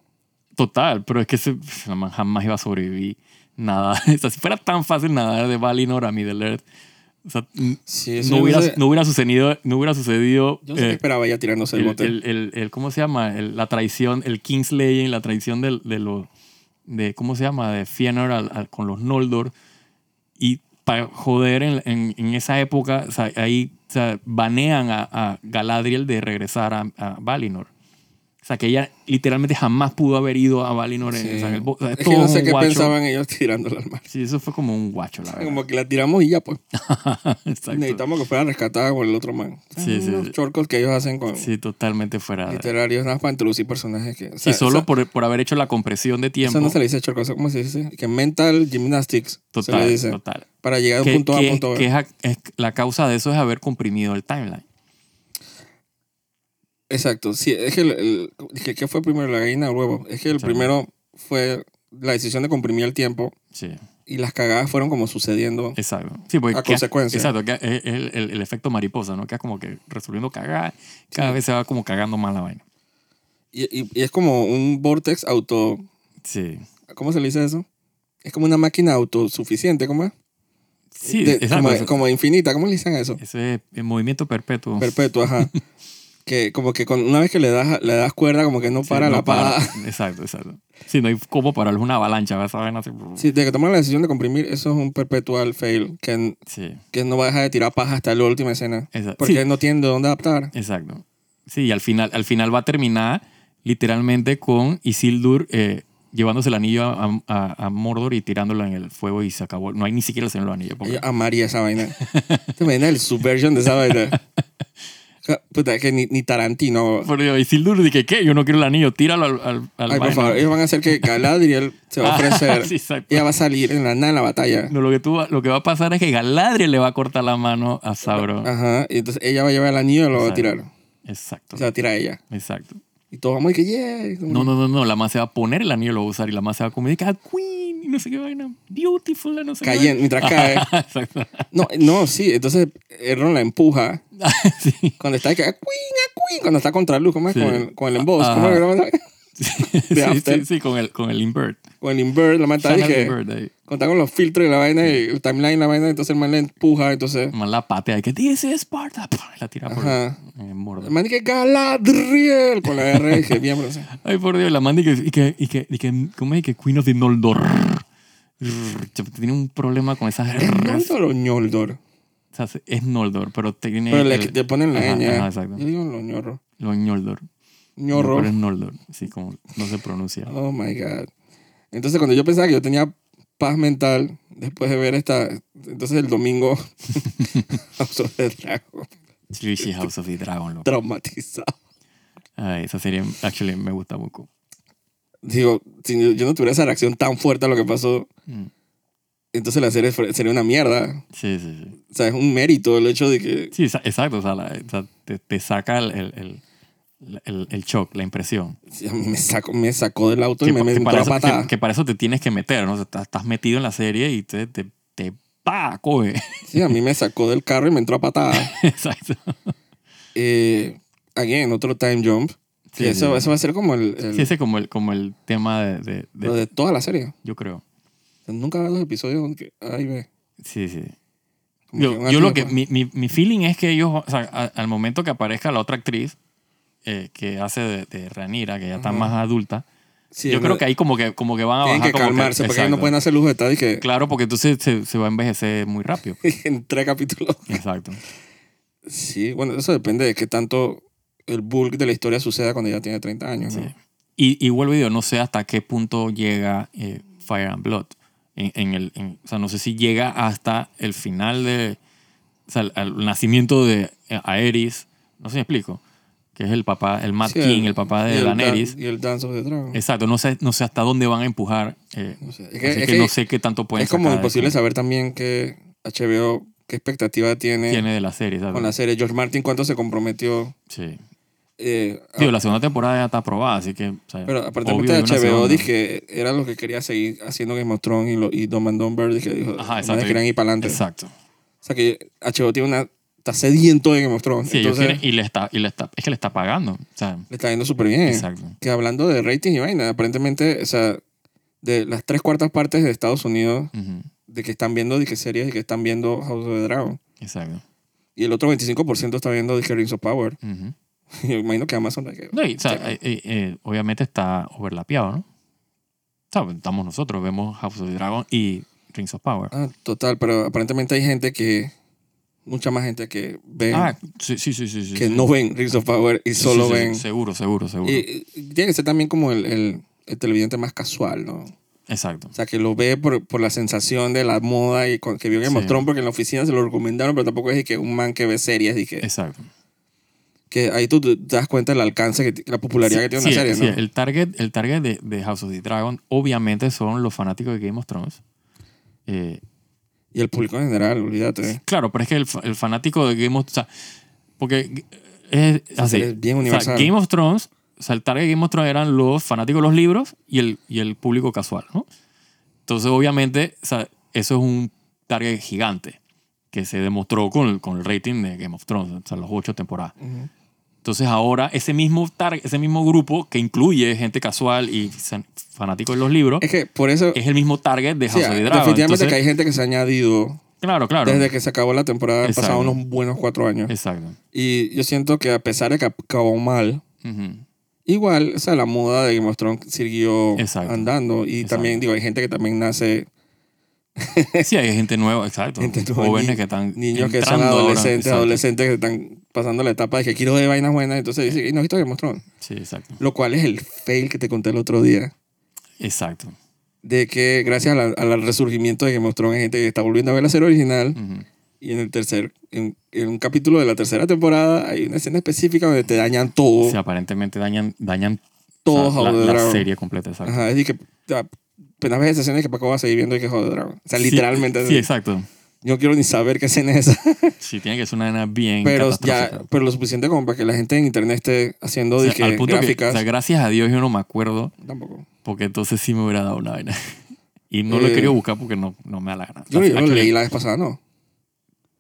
B: Total, pero es que ese- pf, la man jamás iba a sobrevivir. Nada. O sea, si fuera tan fácil nadar de Valinor a Middle Earth, o sea, n-
A: Sí,
B: no, hubiera,
A: yo sé,
B: no hubiera sucedido, no hubiera sucedido
A: yo no sé qué
B: eh,
A: esperaba ya tirándose el,
B: el,
A: bote.
B: el- el- el- ¿cómo se llama? El- la traición, el Kingslaying, la traición del- de, los, de, ¿cómo se llama? De Fëanor al- al- con los Noldor. Y para joder, en, en- en esa época, o sea, ahí o sea, banean a, a Galadriel de regresar a, a Valinor. O sea, que ella literalmente jamás pudo haber ido a Valinor. en-
A: Sí.
B: o sea, en el bo- o sea,
A: es que
B: todo
A: no
B: es
A: sé
B: un
A: qué
B: guacho.
A: pensaban ellos tirándola al mar.
B: Sí, eso fue como un guacho, la verdad.
A: Como que la tiramos y ya, pues.
B: Exacto.
A: Necesitamos que fuera rescatada con el otro man. O sea,
B: Sí, sí,
A: unos
B: sí.
A: chorcos que ellos hacen con
B: Sí, totalmente fuera. de-
A: literarios, nada más para introducir personajes que. o sea,
B: y solo
A: Eh, eso-
B: por, por haber hecho la compresión de tiempo.
A: Eso no se le dice chorco, eso ¿cómo se dice? Que mental gymnastics.
B: total,
A: se le dice.
B: total.
A: Para llegar de
B: que,
A: un punto A a
B: que-
A: un punto B.
B: que es ac- es- la causa de eso es haber comprimido el timeline.
A: Exacto, sí, es que, el, el- que- que fue primero la gallina o el huevo. Es que el
B: Exacto.
A: primero fue la decisión de comprimir el tiempo
B: Sí,
A: y las cagadas fueron como sucediendo.
B: exacto. Sí, porque
A: A
B: queda-
A: consecuencia.
B: Exacto, que es el, el- el efecto mariposa, ¿no? Que es como que resolviendo cagadas, cada
A: Sí.
B: vez se va como cagando más la vaina.
A: Y, y- y es como un vortex auto.
B: Sí.
A: ¿Cómo se le dice eso? Es como una máquina autosuficiente, ¿cómo es?
B: Sí,
A: De-
B: exacto.
A: como,
B: Eso-
A: como infinita, ¿cómo le dicen a eso?
B: Ese es el movimiento perpetuo.
A: Perpetua, ajá. que como que con, una vez que le das, le das cuerda, como que no
B: Sí,
A: para
B: no
A: la parada.
B: Exacto, exacto. Sí, no hay como pararlo, es una avalancha, esa vaina así.
A: Sí, de que toman la decisión de comprimir, eso es un perpetual fail, que,
B: Sí,
A: que no va a dejar de tirar paja hasta la última escena.
B: exacto.
A: Porque no tienen de dónde adaptar.
B: Exacto. Sí, y al final, al final va a terminar literalmente con Isildur eh, llevándose el anillo a, a- a Mordor y tirándolo en el fuego y se acabó. No hay ni siquiera el Señor de los Anillos. porque-
A: Yo amaría esa vaina. ¿Te imaginas el subversion de esa vaina? Ja, Puta, que ni, ni Tarantino.
B: Pero Isildur dije, ¿qué? Yo no quiero el anillo, tíralo al... al, al
A: Ay, por
B: vaina".
A: favor, ellos van a hacer que Galadriel se va a ofrecer.
B: Sí, exacto.
A: Ella va a salir en la nada en la batalla.
B: No, lo, que tú, va- lo que va a pasar es que Galadriel le va a cortar la mano a Sauron.
A: Ajá, y entonces ella va a llevar el anillo y lo va a
B: Exacto.
A: tirar.
B: Exacto.
A: Se va a tirar a ella.
B: Exacto.
A: Y todos vamos a que, yeah.
B: No, no, no, no. La más se va a poner el anillo, lo va a usar y la más se va a comer y que, "Ah, Queen. y no sé qué vaina. Beautiful, no sé
A: Cayendo,
B: qué
A: mientras cae.
B: vaina. Exacto.
A: No, no, sí. Entonces, Erron la empuja.
B: sí.
A: Cuando está, que, "Ah, queen, ah, queen", Cuando está contra Luz, ¿cómo es?
B: Sí.
A: Con el, con el emboss. ¿Cómo
B: Ajá.
A: es? ¿Cómo es?
B: sí,
A: After.
B: sí, sí, con el, con el invert.
A: Con el invert, la mata.
B: Channel
A: que
B: invert ahí.
A: Contá con los filtros y la vaina y el timeline y la vaina. Entonces el man la empuja. Entonces,
B: Más la patea. Que dice Sparta. ¡pah! La tira por eh,
A: Ajá.
B: en morda.
A: el man dice Galadriel con la R. Dije, bien, pero, o sea,
B: Ay, por Dios, la manda y que, y que, y que, y que- ¿cómo es? Y que Queen of the Noldor. Chamo, Tiene un problema con esas
A: ¿Es
B: R's.
A: Noldor o Ñoldor?
B: O sea, es Noldor, pero tiene.
A: Pero le,
B: el-
A: le ponen la
B: Ajá,
A: ñ. ¿eh?
B: ajá, exacto.
A: Yo digo lo ñorro.
B: Lo Noldor.
A: Ñorro.
B: Pero es Noldor, sí, como no se pronuncia.
A: Oh my God. Entonces, cuando yo pensaba que yo tenía paz mental después de ver esta. Entonces, el domingo. House of the Dragon.
B: Trishi House of the Dragon. loco.
A: Traumatizado.
B: Ay, esa serie, actually, me gusta mucho.
A: Digo, si yo, yo no tuviera esa reacción tan fuerte a lo que pasó,
B: Mm.
A: entonces la serie fue- sería una mierda.
B: Sí, sí, sí.
A: O sea, es un mérito el hecho de que.
B: Sí, esa- exacto. O sea, la- o sea, te, te saca el, el, el, el- el shock, la impresión.
A: sí, a mí me sacó, me sacó del auto y
B: Que,
A: me
B: pa- que
A: metió
B: para
A: la
B: eso,
A: patada.
B: que, que para eso te tienes que meter, ¿no? O sea, estás, estás metido en la serie y te, te, te pa, coge.
A: Sí, a mí me sacó del carro y me entró a patada.
B: Exacto.
A: Eh, again, otro time jump.
B: Sí,
A: y eso,
B: sí.
A: eso va a ser como el, el-
B: Sí, ese es como el, como el tema de, de- de-
A: lo de toda la serie.
B: Yo creo.
A: O sea, nunca veo los episodios donde. Ahí ve.
B: Sí, sí.
A: Como que
B: Yo,
A: van
B: yo lo
A: así,
B: que.
A: ¿no?
B: Mi, mi, mi feeling es que ellos, o sea, a- al momento que aparezca la otra actriz eh, que hace de, de Ranira, que ya está
A: Ajá.
B: más adulta,
A: Sí,
B: yo
A: ¿no?
B: creo que ahí como que, como que van a
A: Tienen
B: bajar.
A: que
B: como
A: calmarse porque ahí no
B: exacto.
A: pueden hacer lujo de tal y que
B: Claro, porque entonces se, se va a envejecer muy rápido.
A: en tres capítulos.
B: Exacto.
A: Sí, bueno, eso depende de qué tanto el bulk de la historia suceda cuando ya tiene 30 años. ¿no?
B: Sí. Y, y vuelvo y digo, no sé hasta qué punto llega eh, Fire and Blood. En, en el, en- o sea, no sé si llega hasta el final de. O sea, al, al nacimiento de eh, Aerys. No sé si me explico. Que es el papá, el Mad
A: Sí,
B: King, el, papá
A: y
B: de
A: el
B: Daenerys.
A: Dan- Y el Dance of the Dragon.
B: Exacto, no sé, no sé hasta dónde van a empujar. eh,
A: No sé, Es,
B: así que, no sé qué tanto pueden
A: es como
B: sacar de-
A: imposible saber también qué HBO, qué expectativa tiene,
B: tiene de la serie. ¿sabes?
A: con la serie. George Martin, cuánto se comprometió.
B: Sí.
A: Eh,
B: Tío,
A: a-
B: la segunda temporada ya está aprobada, así que. o sea,
A: pero
B: obvio
A: aparentemente
B: hay una
A: HBO
B: segunda.
A: dije era lo que quería seguir haciendo Game of Thrones y, lo, y Dumb and Dumber dije dijo
B: Ajá,
A: los
B: exacto.
A: manes querían ir para adelante
B: Exacto.
A: o sea que HBO tiene una está sediento de Game of Thrones
B: Sí, ellos
A: entonces
B: quieren- y le está, y le está, es que le está pagando. O sea,
A: le está yendo súper bien
B: exacto.
A: que hablando de rating y vaina, aparentemente, o sea, de las tres cuartas partes de Estados Unidos,
B: Ujú,
A: de que están viendo de que series y que están viendo House of the Dragon.
B: Exacto.
A: Y el otro 25% está viendo de que Rings of Power.
B: Ujú.
A: Yo imagino que Amazon... la que-
B: No, y, o sea, eh, eh, eh, obviamente está overlapeado, ¿no? O sea, estamos nosotros, vemos House of the Dragon y Rings of Power.
A: Ah, total, pero aparentemente hay gente que... Mucha más gente que ven...
B: Ah, sí, sí, sí, sí. sí,
A: que
B: sí.
A: no ven Rings of Power y
B: Sí,
A: solo
B: sí, sí,
A: ven...
B: Seguro, seguro, seguro.
A: Y, y tiene que ser también como el, el- el televidente más casual, ¿no?
B: Exacto.
A: O sea, que lo ve por, por la sensación de la moda y con- que vio Game of
B: Sí.
A: Thrones porque en la oficina se lo recomendaron, pero tampoco es de que un man que ve series y que...
B: Exacto.
A: que ahí tú te das cuenta del alcance, que t- la popularidad que tiene
B: Sí,
A: una serie,
B: sí,
A: ¿no?
B: el target, el target de, de House of the Dragon obviamente son los fanáticos de Game of Thrones. Eh,
A: Y el público en general, olvídate.
B: Claro, pero es que el, fa- el fanático de Game of Thrones. porque eh, es así.
A: es bien
B: O sea,
A: universal.
B: Game of Thrones, o sea, el target de Game of Thrones eran los fanáticos de los libros y el, y el público casual, ¿no? Entonces, obviamente, o sea, eso es un target gigante que se demostró con el, con el rating de Game of Thrones, o sea, las ocho temporadas. Entonces, ahora ese mismo, tar- ese mismo grupo que incluye gente casual y san- fanáticos de los libros
A: Es que por eso,
B: es el mismo target de
A: sí, ah,
B: House of the Dragon.
A: definitivamente
B: Entonces,
A: que hay gente que se ha añadido
B: Claro, claro.
A: desde que se acabó la temporada, han
B: Exacto.
A: pasado unos buenos cuatro años.
B: Exacto.
A: Y yo siento que a pesar de que acabó mal,
B: Ujú.
A: igual, o sea, la moda de Game of Thrones siguió
B: Exacto.
A: andando. Y
B: Exacto.
A: también, digo, hay gente que también nace,
B: Sí, hay gente nueva, exacto.
A: Gente nueva,
B: jóvenes
A: ni-
B: que están.
A: niños que son
B: entrando ahora,
A: adolescentes,
B: exacto.
A: adolescentes que están pasando la etapa de que quiero ver vainas buenas. Entonces dicen, "Y no he visto Game of Thrones.
B: Sí, exacto.
A: Lo cual es el fail que te conté el otro día.
B: Exacto.
A: de que gracias a la- al resurgimiento de Game of Thrones hay gente que está volviendo a ver la serie original
B: Ujú.
A: y en el tercer en, en un capítulo de la tercera temporada hay una escena específica donde te dañan todo
B: O sea, aparentemente dañan, dañan
A: todo
B: o sea, la,
A: House of the
B: la
A: Dragon.
B: serie completa, exacto.
A: Ajá, es decir que ah, pues, ya, apenas ves esa escena y que Paco va a seguir viendo y que House of the Dragon o sea
B: Sí,
A: literalmente
B: Sí, exacto.
A: yo no quiero ni saber qué escena es esa
B: Sí, tiene que ser una nena bien.
A: pero
B: catastrófica.
A: ya pero lo suficiente como para que la gente en internet esté haciendo
B: O sea,
A: de que
B: al punto que, o
A: gráficas
B: sea, gracias a Dios yo no me acuerdo,
A: tampoco
B: porque entonces sí me hubiera dado una vaina. Y no lo he
A: Eh,
B: querido buscar porque no, no me da la gana.
A: Yo,
B: La-
A: yo
B: la
A: lo
B: que le-
A: leí la vez pasada, ¿no?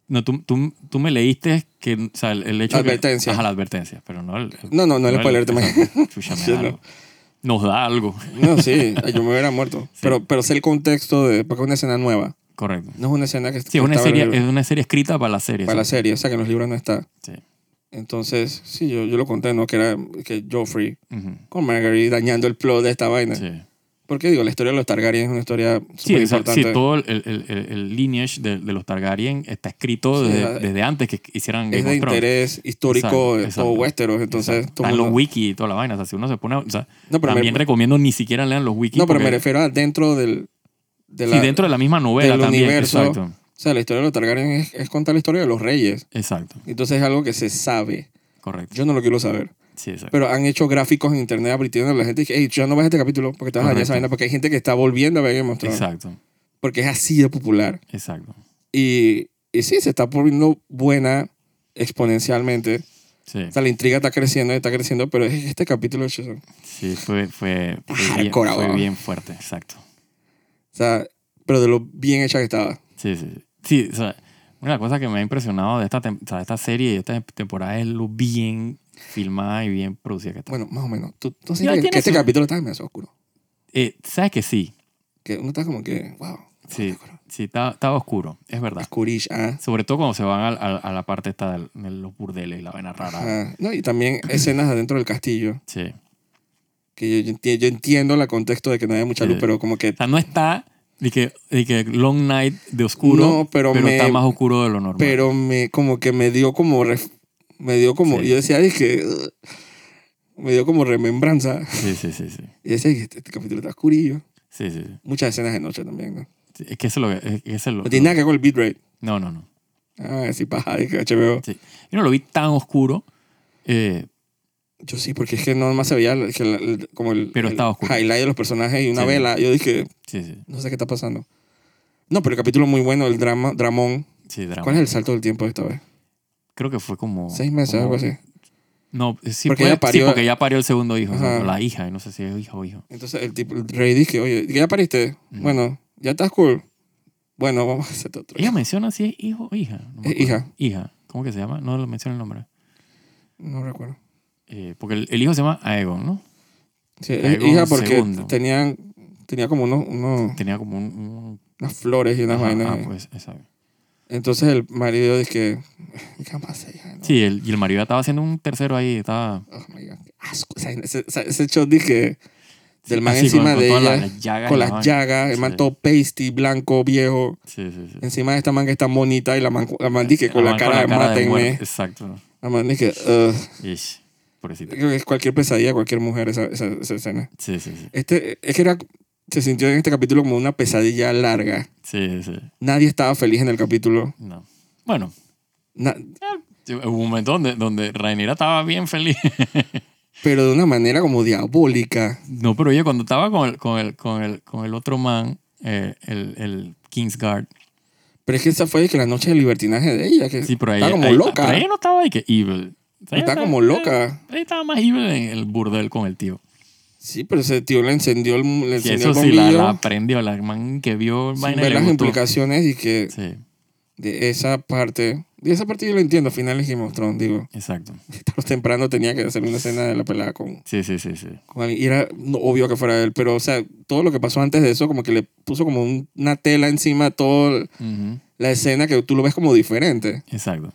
B: No, tú, tú, tú me leíste que, o sea, el, el hecho
A: La
B: que-
A: advertencia.
B: ajá, la advertencia, pero no el... el-
A: No, no, no el spoiler tema.
B: exacto. Chucha, me
A: Sí,
B: da
A: no.
B: algo. Nos da algo.
A: No, sí, yo me hubiera muerto. Pero, pero sé el contexto de. Porque es una escena nueva.
B: Correcto.
A: No es una escena que.
B: Sí,
A: que
B: es una,
A: estaba en el
B: serie,
A: libro,
B: es una serie escrita para la serie.
A: para la
B: sí.
A: serie, o sea que en los libros no está.
B: Sí.
A: Entonces, sí, yo, yo lo conté, ¿no? Que era que Joffrey
B: Ujú.
A: con Marguerite dañando el plot de esta vaina.
B: Sí.
A: Porque digo, la historia de los Targaryen es una historia
B: Sí,
A: súper
B: o sea, sí,
A: importante.
B: todo el, el- el- el lineage de, de los Targaryen está escrito
A: Sí,
B: desde,
A: la-
B: desde antes que hicieran Game
A: es de
B: of Thrones.
A: interés histórico
B: Exacto,
A: de todo
B: exacto.
A: Westeros. Entonces, todo
B: Están
A: mundo-
B: los wiki y toda la vaina. O sea, si uno se pone... a- o sea,
A: No, pero me-
B: también recomiendo ni siquiera lean los wikis.
A: no, pero me
B: porque-
A: refiero a dentro del. De
B: sí,
A: la,
B: dentro de la misma novela
A: del
B: también.
A: universo.
B: Exacto.
A: O sea, la historia de los Targaryen es, es contar la historia de los reyes.
B: Exacto.
A: Entonces es algo que se sabe.
B: Correcto.
A: Yo no lo quiero saber.
B: Sí, exacto.
A: Pero han hecho gráficos en internet advirtiendo a la gente que, hey, ya no veas este capítulo porque te vas a dañar esa
B: Correcto.
A: vaina", Porque hay gente que está volviendo a ver Game of Thrones.
B: Exacto.
A: Porque es así de popular.
B: Exacto.
A: Y, y sí, se está volviendo buena exponencialmente.
B: Sí.
A: O sea, la intriga está creciendo, está creciendo, pero es este capítulo. chuzo.
B: Sí, fue, fue, fue bien,
A: Hardcore,
B: fue
A: weón.
B: bien fuerte, exacto.
A: O sea, pero de lo bien hecha que estaba.
B: Sí, sí, sí. Sí, o sea, una de las cosas que me ha impresionado de esta, tem- o sea, de esta serie y de esta temporada es lo bien filmada y bien producida que está.
A: Bueno, más o menos. ¿Tú, tú
B: Ya
A: sientes que,
B: tiene
A: que este
B: su-
A: capítulo está medio oscuro?
B: Eh, ¿Sabes que sí?
A: Que uno está como que, wow.
B: Sí, sí, estaba, estaba oscuro, es verdad.
A: Oscurish, ah.
B: Sobre todo cuando se van al- al- a, la parte esta del- de los burdeles y la vaina rara.
A: Ah, No, y también escenas adentro del castillo.
B: Sí.
A: Que yo, yo enti- yo entiendo el contexto de que no haya mucha luz,
B: Sí. Ah,
A: pero como que
B: O sea, no está de que, de que Long Night de oscuro,
A: No, pero
B: pero,
A: me-
B: está más oscuro de lo normal.
A: pero me como que me dio como ref- me dio como
B: Sí.
A: yo decía dije "Ugh", me dio como remembranza
B: Sí, sí, sí, sí.
A: y decía "Este- este capítulo está oscurillo
B: Sí, sí, sí.
A: muchas escenas de noche también no,
B: Sí, Es que eso es lo que... es que eso es lo-
A: no tiene nada que ver con el bitrate
B: no, no, no.
A: ah sí paja dije HBO
B: Sí. Yo no lo vi tan oscuro, eh,
A: yo sí porque es que no más se veía el- que la- el- como el,
B: Pero
A: el
B: estaba oscuro.
A: highlight de los personajes y una
B: Sí.
A: vela yo dije
B: sí, sí,
A: no sé qué está pasando no pero el capítulo muy bueno el drama dramón
B: sí, drama.
A: ¿cuál es el salto del tiempo esta vez?
B: Creo que fue como...
A: seis meses
B: como-
A: algo así
B: No, eh, sí,
A: Porque
B: puede-
A: ella parió-
B: sí, porque ya parió el segundo hijo, o sea,
A: Ajá.
B: o la hija, no sé si es hijo o hijo.
A: Entonces el tipo, el rey dije, oye, ¿ya pariste? Bueno, ya estás cool. Bueno, vamos a hacerte otro.
B: Ella menciona si es hijo o hija. no me
A: Es
B: acuerdo.
A: Eh, hija.
B: Hija. ¿Cómo que se llama? No lo menciona el nombre.
A: No recuerdo.
B: Eh, porque el, el hijo se llama Aegon, ¿no?
A: Sí,
B: Ahí
A: es
B: va un
A: hija porque
B: segundo.
A: tenían, tenía como unos, unos-
B: Tenía como un... un-
A: unas flores y unas
B: Ajá,
A: vainas.
B: ah,
A: ahí.
B: pues, exacto.
A: Entonces el marido dije, ¿qué pasa, hija? No.
B: Sí, el- y el marido estaba haciendo un tercero ahí, estaba...
A: Oh my God, qué asco. O sea, ese, ese- ese shot dije, del man
B: así,
A: encima
B: con- con
A: de
B: todas
A: ella,
B: las- las llagas
A: con
B: y la
A: las
B: vaina.
A: llagas, el man
B: Sí.
A: todo pasty, blanco, viejo.
B: Sí, sí, sí.
A: Encima de esta man que está bonita y la man, la man dije, con la,
B: Además,
A: cara de
B: muerte,
A: mátenme.
B: Exacto.
A: La man dije, "Ugh".
B: Ish, pobrecito.
A: Creo que es cualquier pesadilla, cualquier mujer esa, esa, esa escena.
B: Sí, sí, sí.
A: Este, es que era, se sintió en este capítulo como una pesadilla larga.
B: Sí, sí.
A: Nadie estaba feliz en el capítulo.
B: No. Bueno,
A: Na-
B: Sí, Hubo un momento donde, donde Rhaenyra estaba bien feliz.
A: pero de una manera como diabólica.
B: No, pero oye, cuando estaba con el, con el, con el, con el otro man, eh, el, el Kingsguard.
A: Pero es que esa fue que la noche de libertinaje de ella, que
B: Sí, pero ahí.
A: está como
B: ahí-
A: loca.
B: pero ella no estaba ahí que evil. O
A: está
B: sea, ella estaba-
A: como loca.
B: Ella estaba más evil en el burdel con el tío.
A: Sí, pero ese tío le encendió el, le
B: Sí,
A: encendió
B: eso
A: el
B: sí, la,
A: bombillo.
B: la aprendió. La man que vio
A: sin
B: vaina
A: ver
B: le
A: las
B: gustó.
A: implicaciones y que
B: Sí,
A: de esa parte, de esa parte yo lo entiendo, al final es Game of Thrones, digo.
B: exacto.
A: Tarde o temprano tenía que hacer una escena de la pelada con,
B: Sí, sí, sí, sí.
A: con alguien. Y era no, obvio que fuera él, pero o sea, todo lo que pasó antes de eso, como que le puso como un- una tela encima a toda
B: Ujú,
A: la escena que tú lo ves como diferente.
B: Exacto.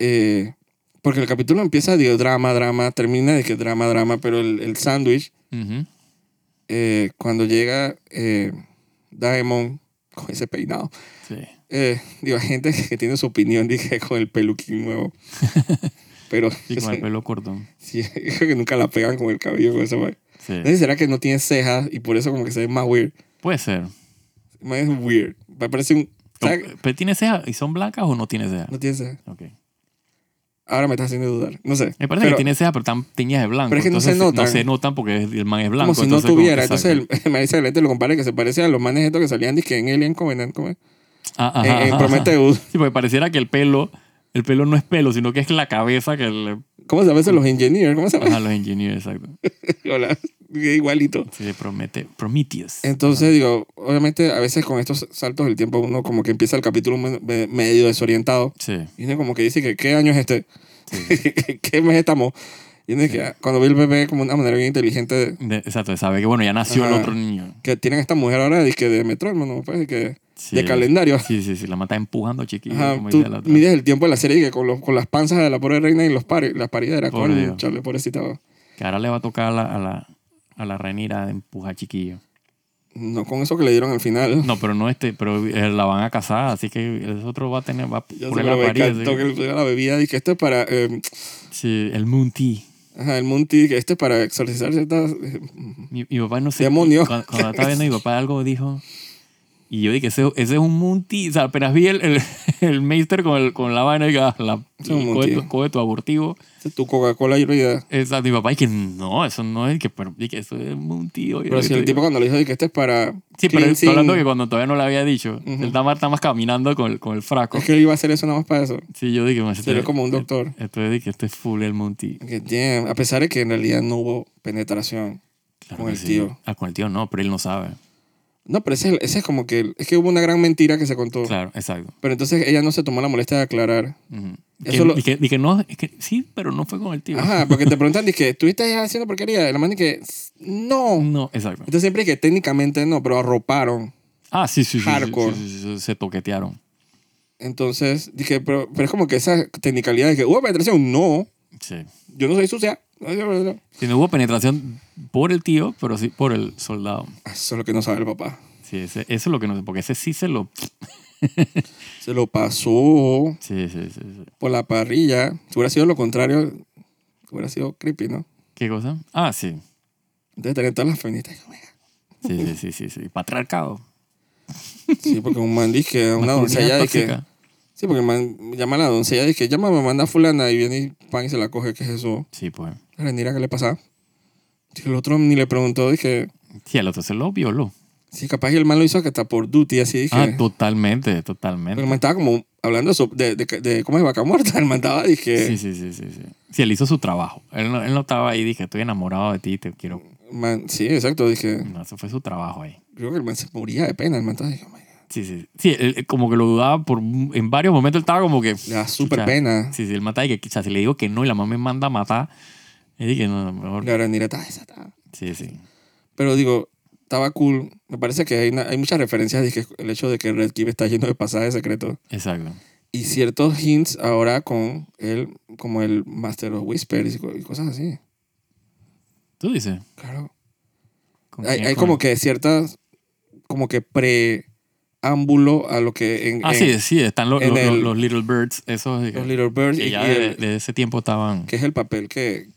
A: Eh, porque el capítulo empieza de drama, drama, termina de que drama, drama, pero el, el sándwich,
B: Ujú.
A: eh, cuando llega eh, Daemon con ese peinado,
B: Sí.
A: eh, digo, hay gente que tiene su opinión, dije, con el peluquín nuevo. Pero
B: Sí, con el pelo corto.
A: sí, creo que nunca la pegan con el cabello, con esa vaina.
B: Sí.
A: No sé, ¿Será que no tiene cejas y por eso como que se ve más weird?
B: Puede ser.
A: Man, es weird. Me parece un. ¿sabes?
B: ¿Pero tiene cejas? ¿Y son blancas o no tiene cejas?
A: No tiene cejas.
B: Ok.
A: Ahora me está haciendo dudar. No sé.
B: Me parece
A: Pero
B: que tiene cejas, pero están teñidas de blanco.
A: Pero es que no se
B: Entonces,
A: notan.
B: No se notan porque el man es
A: Como
B: blanco.
A: si no
B: entonces, como
A: tuviera.
B: que
A: Entonces,
B: saca.
A: el, me dice el este lo compara que se parece a los manes estos que salían dizque en Alien Covenant. ¿cómo es?
B: Ah, ajá,
A: En- en,
B: ajá, ajá.
A: Prometheus.
B: Sí, porque pareciera que el pelo, el pelo no es pelo, sino que es la cabeza que le...
A: ¿Cómo se llama eso? Los Engineers. ¿Cómo se llama?
B: A los ingenieros, exacto.
A: Hola. Igualito.
B: Sí, promete, Prometheus.
A: Entonces, digo, obviamente a veces con estos saltos del tiempo uno como que empieza el capítulo me- me- medio desorientado.
B: Sí,
A: Y uno como que dice que qué año es este,
B: sí.
A: qué mes estamos. Y uno que, ah, cuando ve el bebé como una manera bien inteligente, de-
B: De- exacto, de saber que bueno, ya nació
A: Ajá.
B: el otro niño.
A: que tienen esta mujer ahora dizque de metrónomo, ¿no? pues, que
B: Sí.
A: de calendario.
B: Sí, sí, sí, la mata empujando chiquillo.
A: Ajá,
B: como
A: tú
B: dice la otra.
A: mides el tiempo de la serie que con, los, con las panzas de la pobre reina y los pari, las parideras.
B: Pobre
A: Con,
B: Dios.
A: chale, pobrecita. va.
B: Que ahora le va a tocar a la, a la, a la reinira de empujar chiquillo.
A: No con eso que le dieron al final.
B: No, pero no este, pero eh, la van a casar, así que el otro va a tener, va a
A: Yo
B: poner
A: se
B: la
A: lo
B: parir. así
A: encantó
B: que-
A: que le pusiera la bebida. Dije, esto es para... eh,
B: Sí, el Moon Tea.
A: ajá, el Munti, que esto es para exorcizar ciertas... eh,
B: Mi, mi papá no sé.
A: Demonio.
B: Cuando, cuando estaba viendo mi papá algo dijo. Y yo dije, ese, ese es un Munti. O sea, apenas vi el, el, el Meister con, el, con la vaina y la, la,
A: Es un
B: el
A: Moon Tea.
B: coheto, coheto abortivo.
A: tu Coca-Cola y vida.
B: Exacto. Mi papá dije, no, eso no es. Que, pero dije, eso es un Munti. oye,
A: Pero si el
B: oye.
A: tipo cuando le dijo, dije, esto es para...
B: Sí, pero estoy
A: cleansing",
B: hablando que cuando todavía no lo había dicho,
A: Ujú.
B: él estaba, estaba más caminando con, el- con el fraco.
A: Es que él iba a hacer eso nada más para eso.
B: Sí, yo dije, este "Más,
A: Se ve como un doctor.
B: Esto es, dije, esto es full el Monty.
A: Que, damn, A pesar de que en realidad no hubo penetración.
B: Claro
A: Con
B: que
A: el
B: sí.
A: tío.
B: Ah, con el tío no, pero él no sabe.
A: No, pero ese, es el- ese es como que... Es que hubo una gran mentira que se contó.
B: Claro, exacto.
A: Pero entonces ella no se tomó la molestia de aclarar.
B: Ujú.
A: Eso
B: Que-
A: lo-
B: Dije, dije, no, es que sí, pero no fue con el tío.
A: Ajá, porque te preguntan, dije, ¿estuviste ahí haciendo porquería? Y la man que no.
B: No, exacto.
A: Entonces siempre que técnicamente no, pero arroparon.
B: Ah, sí, sí, sí. sí,
A: Hardcore.
B: sí, sí, sí, se toquetearon.
A: Entonces dije, pero, pero es como que esa tecnicalidad de que hubo penetración, no.
B: Sí.
A: Yo no soy sucia. Eso
B: Sí, no hubo penetración por el tío, pero sí por el soldado.
A: Ah, es lo que no sabe el papá.
B: Sí, ese- eso es lo que no sé, porque ese sí se lo...
A: Se lo pasó
B: Sí, sí, sí. sí.
A: por la parrilla. Si hubiera sido lo contrario, hubiera sido creepy, ¿no?
B: ¿Qué cosa? Ah, sí.
A: Entonces tener todas las feministas.
B: Sí, sí, sí, sí, sí. Patriarcado.
A: Sí, porque un man dice, una
B: Masculinidad
A: doncella dice...
B: tóxica.
A: Sí, porque el man llama a la doncella y dice, llama a mamá, a fulana y viene y pan y se la coge, ¿qué es eso?
B: Sí, pues.
A: Renira, ¿qué le pasaba? Si el otro ni le preguntó, dije,
B: Sí, el otro se lo violó.
A: sí, capaz que el man lo hizo que está por duty, así dije.
B: Ah, totalmente,
A: Pero
B: totalmente.
A: el man estaba como hablando de, so- de, de, de- cómo es vaca muerta. El man estaba, dije,
B: Sí, sí, sí, sí, sí. Sí, él hizo su trabajo. Él no, él no estaba ahí, dije, estoy enamorado de ti, te quiero.
A: man, sí, exacto, dije.
B: No, eso fue su trabajo ahí.
A: Creo que el man se moría de pena. El man estaba, dije, "Oh my God".
B: Sí, sí. Sí, él- él como que lo dudaba por... En varios momentos él estaba como que...
A: le da Ah, súper
B: chucha,
A: pena.
B: Sí, sí, él mata y que quizás si le digo que no y la mamá me manda a matar. Y dije, no, no, mejor...
A: La Renira estaba desatada.
B: Sí, sí.
A: Pero digo, estaba cool. Me parece que hay, una- hay muchas referencias, dije, el hecho de que Red Keep está lleno de pasajes secretos.
B: Exacto.
A: Y ciertos hints ahora con él, como el Master of Whispers y co- y cosas así.
B: Tú dices.
A: Claro.
B: ¿Con
A: hay,
B: quién?
A: hay
B: Con-
A: como que ciertas como que preámbulo a lo que en,
B: Ah,
A: en
B: sí, sí, están los,
A: en
B: los-
A: el-
B: los Little Birds, esos dije,
A: los Little Birds
B: que
A: y,
B: ya
A: y
B: de,
A: el-
B: de ese tiempo estaban
A: que es el papel que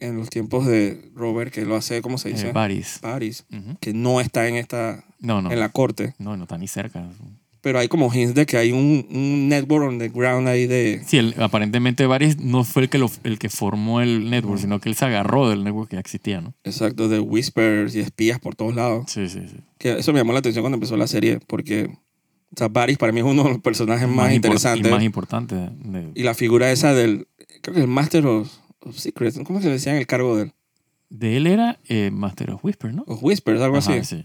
A: en los tiempos de Robert que lo hace como se
B: en
A: dice
B: Paris.
A: Paris
B: eh, Ujú.
A: que no está en esta
B: No, no.
A: en la corte
B: No, no está ni cerca.
A: pero hay como hints de que hay un, un network on the ground ahí de
B: Sí, él- aparentemente Varys no fue el que, lo- el que formó el network,
A: Mm.
B: sino que él se agarró del network que ya existía, ¿no?
A: exacto de whispers y espías por todos lados
B: Sí, sí, sí.
A: que eso me llamó la atención cuando empezó la serie porque o sea, Paris para mí es uno de los personajes más,
B: impor-
A: interesantes
B: Y más importante. de-
A: y la figura esa del creo que el Master of, of Secrets ¿cómo se le decía en el cargo de él?
B: de él era eh, Master of Whisper, ¿no?
A: Of Whispers algo
B: Ajá,
A: así
B: sí.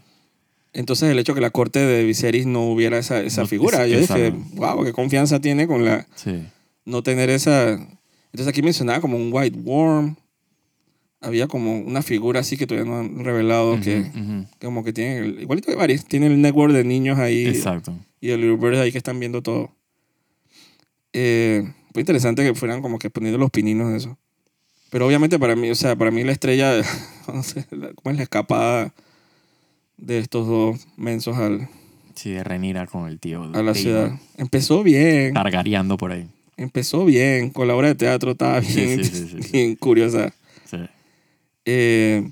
A: entonces el hecho que la corte de Viserys no hubiera esa, esa
B: No,
A: figura
B: es-
A: yo dije
B: exacto.
A: wow qué confianza tiene con la
B: Sí.
A: no tener esa entonces aquí mencionaba como un White Worm había como una figura así que todavía no han revelado que
B: Ujú, ujú.
A: que como que tienen el, igualito que varios tienen el network de niños ahí
B: Exacto.
A: y el Little Bird ahí que están viendo todo Eh, fue interesante que fueran como que poniendo los pininos de eso. Pero obviamente para mí, o sea, para mí la estrella, no sé, la- ¿cómo es la escapada de estos dos mensos al-
B: Sí, de Renira con el tío.
A: a la
B: Daemon,
A: ciudad? Empezó bien,
B: Ah. Targareando por ahí.
A: empezó bien, con la obra de teatro estaba
B: Sí,
A: bien,
B: sí, sí, sí.
A: bien curiosa.
B: Sí.
A: Eh,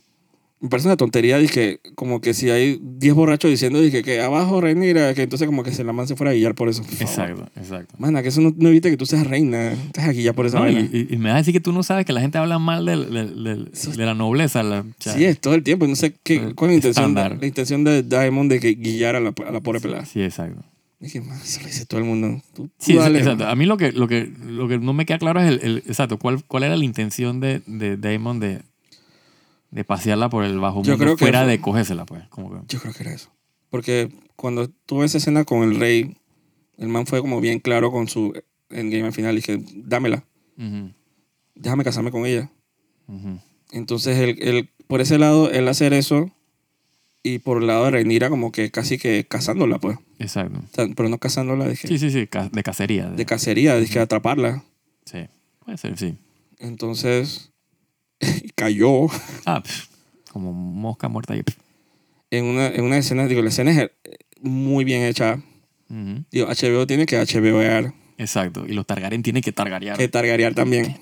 A: me parece una tontería, dije, como que si hay 10 borrachos diciendo, dije, que abajo Renira, que entonces como que se la man se fuera a guiar por eso. por favor.
B: Exacto, exacto.
A: Mana, que eso no, no evita que tú seas reina, estás aquí ya por esa
B: No, y,
A: vaina.
B: y- y me vas a decir que tú no sabes que la gente habla mal del- del- del-
A: Eso es-
B: de la nobleza. la- ya.
A: Sí, es todo el tiempo. No sé qué,
B: Pero
A: cuál es la intención,
B: estándar.
A: la intención de Diamond de que guiar a la, a la pobre pelada.
B: sí, exacto.
A: Dije, man, eso lo dice todo el mundo. Tú, tú
B: Sí, ex-
A: dale,
B: exacto.
A: man.
B: A mí lo que, lo, que, lo que no me queda claro es el, el- exacto, cuál, cuál era la intención de, de Damon de, de pasearla por el bajo
A: Yo
B: mundo
A: creo que
B: fuera
A: fue-
B: de cogérsela, pues. Como que,
A: Yo creo que era eso. Porque cuando tuve esa escena con el rey, el man fue como bien claro con su endgame al final. Dije, dámela,
B: ujú,
A: déjame casarme con ella.
B: ujú.
A: Entonces, él, él- por ese lado, él hacer eso. Y por el lado de Reinira, como que casi que cazándola, pues. O
B: Exacto.
A: sea, pero no cazándola, dije,
B: Sí, sí, sí, ca- de cacería. de-
A: de cacería, dije, atraparla.
B: sí, puede ser, sí.
A: Entonces, cayó
B: Ah, pf, como mosca muerta ahí. pf.
A: en una, en una escena. Digo, la escena es eh, muy bien hecha.
B: Ujú.
A: Digo, HBO tiene que HBOear,
B: Exacto. Y los Targaryen tienen que targarear.
A: que targarear también.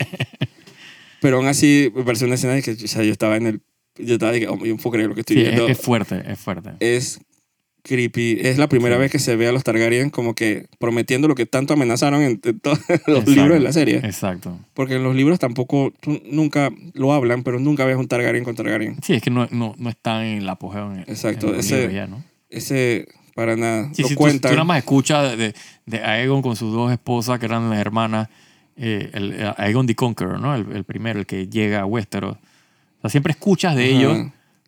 A: Pero aún así, me pareció una escena de que o sea, yo estaba en el. Yo estaba de que, oh, yo no puedo creer lo que estoy
B: Sí, es,
A: viendo.
B: es
A: Es,
B: fuerte, es fuerte.
A: creepy. Es la primera
B: Sí.
A: vez que se ve a los Targaryen como que prometiendo lo que tanto amenazaron en, en todos los
B: Exacto. Eh.
A: libros de la serie.
B: Exacto.
A: Porque en los libros tampoco, tú nunca lo hablan, pero nunca ves un Targaryen con Targaryen.
B: Sí, es que no, no, no están en el apogeo en,
A: Exacto,
B: en los
A: ese-
B: libros ya, ¿no?
A: Ese, para nada,
B: Sí,
A: lo
B: sí, tú-
A: cuentan.
B: Tú, nada más escuchas de, de, de Aegon con sus dos esposas que eran las hermanas, eh, el, eh, Aegon the Conqueror, ¿no? El, el primero, el que llega a Westeros. O sea, siempre escuchas de
A: Ajá.
B: ellos.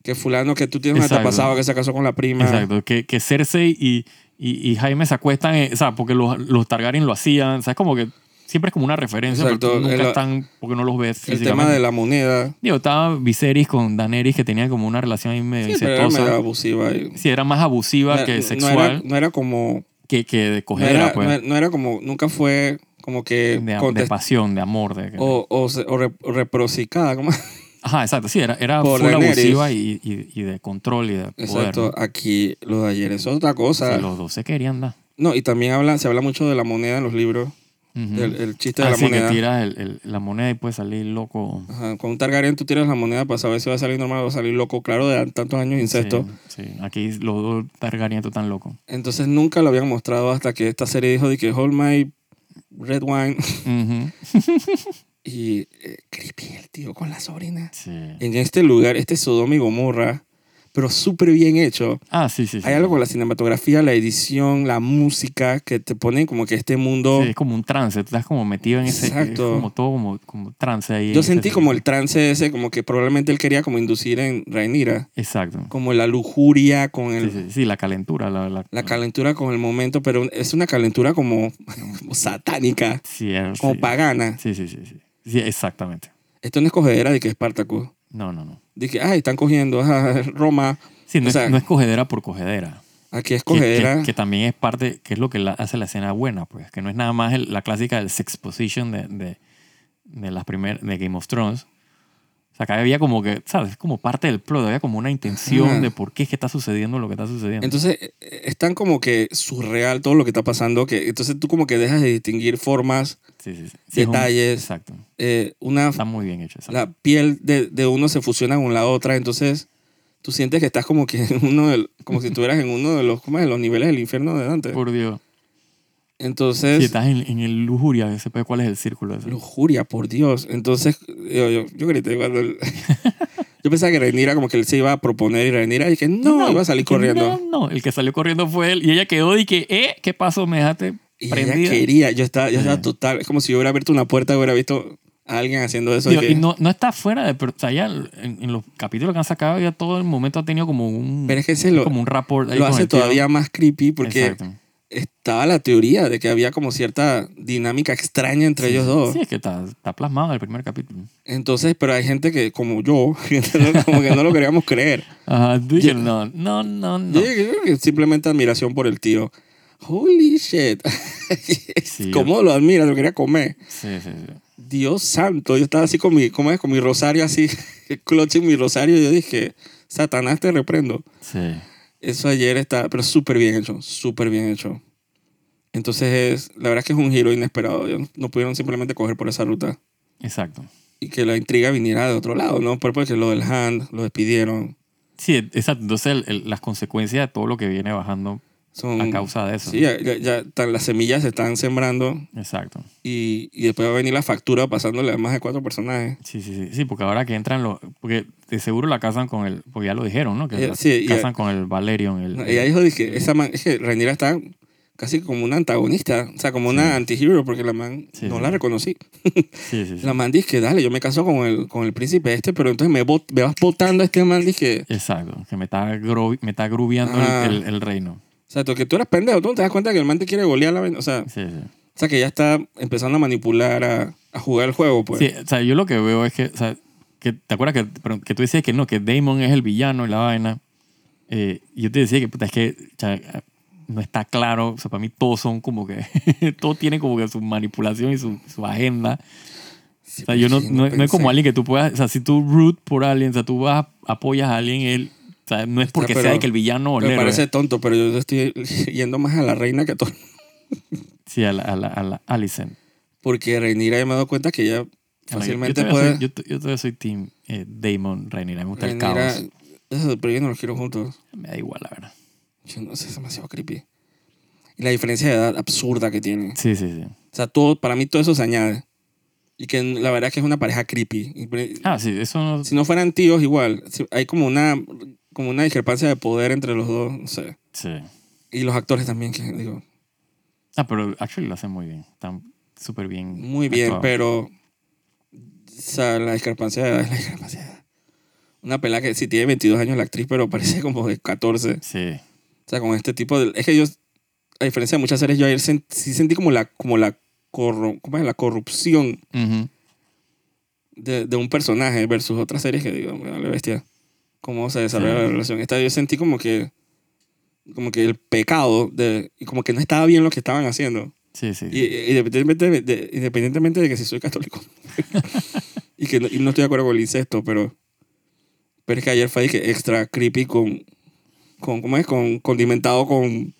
A: Que fulano, que tú tienes un
B: Exacto.
A: antepasado que se casó con la prima.
B: Exacto, que, que Cersei y, y, y Jaime se acuestan, eh, o sea, porque los, los Targaryen lo hacían, o sea, es como que siempre es como una referencia,
A: Exacto,
B: pero tú nunca
A: el-
B: están, porque no los ves
A: El tema
B: físicamente.
A: de la moneda.
B: Digo, estaba Viserys con Daenerys que tenía como una relación ahí medio
A: Sí, pero era
B: incestuosa.
A: medio abusiva. y-
B: Sí, era más abusiva
A: No-
B: que
A: no, era,
B: sexual
A: no era como...
B: que, que de
A: No
B: cogera,
A: era,
B: pues.
A: no era- no era como... Nunca fue como que...
B: de, de
A: contest-
B: pasión, de amor. De,
A: o, o, se- o re- o reprosicada. como-
B: Ajá, exacto. Sí, era, era
A: Por
B: full
A: Daenerys.
B: abusiva y, y, y de control y de poder.
A: Exacto.
B: ¿no?
A: Aquí lo de ayer es otra
B: O sea,
A: cosa.
B: los dos se querían dar.
A: No, y también habla, se habla mucho de la moneda en los libros.
B: Ujú.
A: del- el chiste de la
B: Así que
A: moneda.
B: tiras el- el- la moneda y puedes salir loco.
A: Ajá, Con un Targaryen tú tiras la moneda para saber si va a salir normal o va a salir loco. Claro, de tantos años de incesto.
B: Sí, sí. Aquí los dos Targaryen están locos.
A: Entonces nunca lo habían mostrado hasta que esta serie dijo de que Hold My Red Wine
B: Ujú.
A: y eh, creepy el tío con la sobrina.
B: Sí.
A: En este lugar, este Sodoma y Gomorra, pero súper bien hecho.
B: Ah, sí, sí. sí.
A: Hay algo con la cinematografía, la edición, la música que te ponen como que este mundo.
B: Sí, es como un trance, tú estás como metido en ese.
A: Exacto.
B: Es como todo como, como trance ahí.
A: Yo
B: en ese-
A: sentí como el trance ese, como que probablemente él quería como inducir en Rhaenyra,
B: Exacto.
A: como la lujuria con el,
B: Sí, sí, sí, la calentura. La, la,
A: la calentura con el momento, pero es una calentura como, como satánica,
B: Sí, es-
A: como
B: sí.
A: pagana.
B: Sí, sí, sí, sí. Sí, exactamente.
A: Esto no es cogedera de que Espartacus.
B: No, no, no.
A: Dije, ay, están cogiendo a Roma.
B: Sí, no,
A: O
B: es,
A: sea-
B: no es cogedera por cogedera.
A: Aquí es
B: Que-
A: cogedera.
B: Que, que también es parte, que es lo que la- hace la escena buena, pues. Que no es nada más el- la clásica del sex position de, de, de las primer, de Game of Thrones. O sea, acá había como que, ¿sabes? Como parte del plot, había como una intención
A: Ajá.
B: de por qué es que está sucediendo lo que está sucediendo.
A: Entonces, eh, eh, es tan como que surreal todo lo que está pasando que entonces tú como que dejas de distinguir formas,
B: sí, sí, sí. Sí, es un-
A: detalles.
B: exacto.
A: eh, una,
B: Está muy bien hecho. exacto.
A: la piel de, de uno se fusiona con la otra, entonces tú sientes que estás como que en uno del, como si estuvieras en uno de los, ¿cómo es? los niveles del infierno de Dante.
B: Por Dios. Si
A: Entonces,
B: estás en, en el lujuria, ese pues, ¿cuál es el círculo? ese?
A: lujuria, por Dios. Entonces, yo, yo, yo grité cuando... el- yo pensaba que Renira como que él se iba a proponer y Renira y que no, iba a salir
B: que
A: corriendo.
B: No, no, el que salió corriendo fue él. Y ella quedó y que, ¿eh? ¿Qué pasó? Me dejaste
A: Y ella
B: prendida.
A: quería, yo estaba, yo estaba
B: Sí.
A: total, es como si yo hubiera abierto una puerta y hubiera visto a alguien haciendo eso. y
B: Digo,
A: que-
B: y no, no está fuera de. Pero, o sea, ya en, en los capítulos que han sacado, ya todo el momento ha tenido como un.
A: pero es que ese lo,
B: como un rapport. ahí
A: lo
B: con
A: hace
B: el tío.
A: todavía más creepy porque
B: Exacto.
A: estaba la teoría de que había como cierta dinámica extraña entre ellos dos.
B: Sí, es que está, está plasmado en el primer capítulo.
A: Entonces, pero hay gente que, como yo, que no- como que no lo queríamos creer.
B: Ajá, dije,
A: Yo-
B: no, no, no, no.
A: Yo dije, yo creo que simplemente admiración por el tío. Holy shit.
B: Sí,
A: ¿Cómo lo admira? Lo quería comer.
B: Sí, sí, sí.
A: Dios santo, yo estaba así con mi, ¿cómo es? Con mi rosario así, clutch en mi rosario, y yo dije, Satanás te reprendo.
B: Sí.
A: Eso ayer está, pero súper bien hecho, súper bien hecho. Entonces, es, la verdad es que es un giro inesperado. Ellos no pudieron simplemente coger por esa ruta
B: Exacto.
A: y que la intriga viniera de otro lado, ¿no? Por- Porque lo del Hand, lo despidieron.
B: Sí, exacto. Entonces, el- el- las consecuencias de todo lo que viene bajando
A: Son,
B: a causa de eso.
A: Mm, Sí, ya, ya- ya están- las semillas se están sembrando
B: Exacto.
A: y, y después va a venir la factura pasándole a más de cuatro personajes.
B: Sí, sí, sí, sí, porque ahora que entran los... Porque de seguro la casan con el... Porque ya lo dijeron, ¿no? Que
A: Eh,
B: la
A: sí, y-
B: casan con el Valerion. El,
A: No, ella dijo, dije, esa man, es que Rhaenyra está casi como una antagonista, o sea, como una antihero, porque la man
B: Sí,
A: no
B: sí.
A: la reconocí.
B: Sí, sí, sí.
A: La man dice que dale, yo me caso con el, con el príncipe este, pero entonces me, bot- me vas votando a este man, dije,
B: Exacto, que me está, gro- me está grubiando el-
A: Ah.
B: el, el reino.
A: o sea, tú- que tú eres pendejo, tú no te das cuenta que el man te quiere golear la vaina, o sea,
B: Sí, sí.
A: o sea que ya está empezando a manipular, a, a jugar el juego, pues.
B: Sí, o sea, yo lo que veo es que, o sea, que ¿te acuerdas que, pero que tú decías que no, que Damon es el villano y la vaina? Eh, y yo te decía que, puta, es que o sea, no está claro, o sea, para mí todos son como que, todos tienen como que su manipulación y su, su agenda.
A: Sí,
B: O sea, yo no,
A: sí,
B: no, no es
A: pensé.
B: como alguien que tú puedas, o sea, si tú root por alguien, o sea, tú vas, apoyas a alguien, él, o sea, no es porque
A: pero-
B: sea de que el villano o el
A: Me
B: héroe.
A: parece tonto, pero yo estoy yendo más a la reina que a todo.
B: Sí, a la, a la, a la Alicent.
A: Porque Reinira ya me he dado cuenta que ella
B: Ah, Yo-
A: fácilmente
B: yo, todavía
A: puede...
B: soy, yo, yo todavía soy team eh, Damon Rhaenyra, me gusta el
A: Rhaenyra-
B: caos.
A: Eso, pero yo no los quiero juntos.
B: Me da igual, la verdad.
A: Yo no sé, es demasiado creepy. Y la diferencia de edad absurda que tienen.
B: Sí, sí, sí.
A: O sea, todo, para mí todo eso se añade. Y que la verdad es que es una pareja creepy. Y pre-
B: Ah, sí, eso no...
A: Si no fueran tíos, igual. Si- Hay como una, como una discrepancia de poder entre los dos. No sé.
B: Sí.
A: Y los actores también, que digo,
B: Ah, pero actually lo hacen muy bien. Están súper bien.
A: muy bien,
B: actuados.
A: pero. O sea, la discrepancia de edad es la discrepancia de edad. Una pelada que sí tiene 22 años la actriz, pero parece como de 14.
B: Sí.
A: O sea, con este tipo de... Es que yo, a diferencia de muchas series, yo ayer sen- sí sentí como la, como la, corru- ¿cómo es? la corrupción
B: Ujú.
A: de, de un personaje versus otras series que digo, me vale bestia, cómo se desarrolla
B: Sí.
A: la relación. Esta yo sentí como que, como que el pecado de, y como que no estaba bien lo que estaban haciendo.
B: Sí, sí.
A: Y, y independientemente, de, de- independientemente de que si soy católico. y que no, y no estoy de acuerdo con el incesto, pero, pero es que ayer fue dije, extra creepy con, con, ¿cómo es? Con condimentado con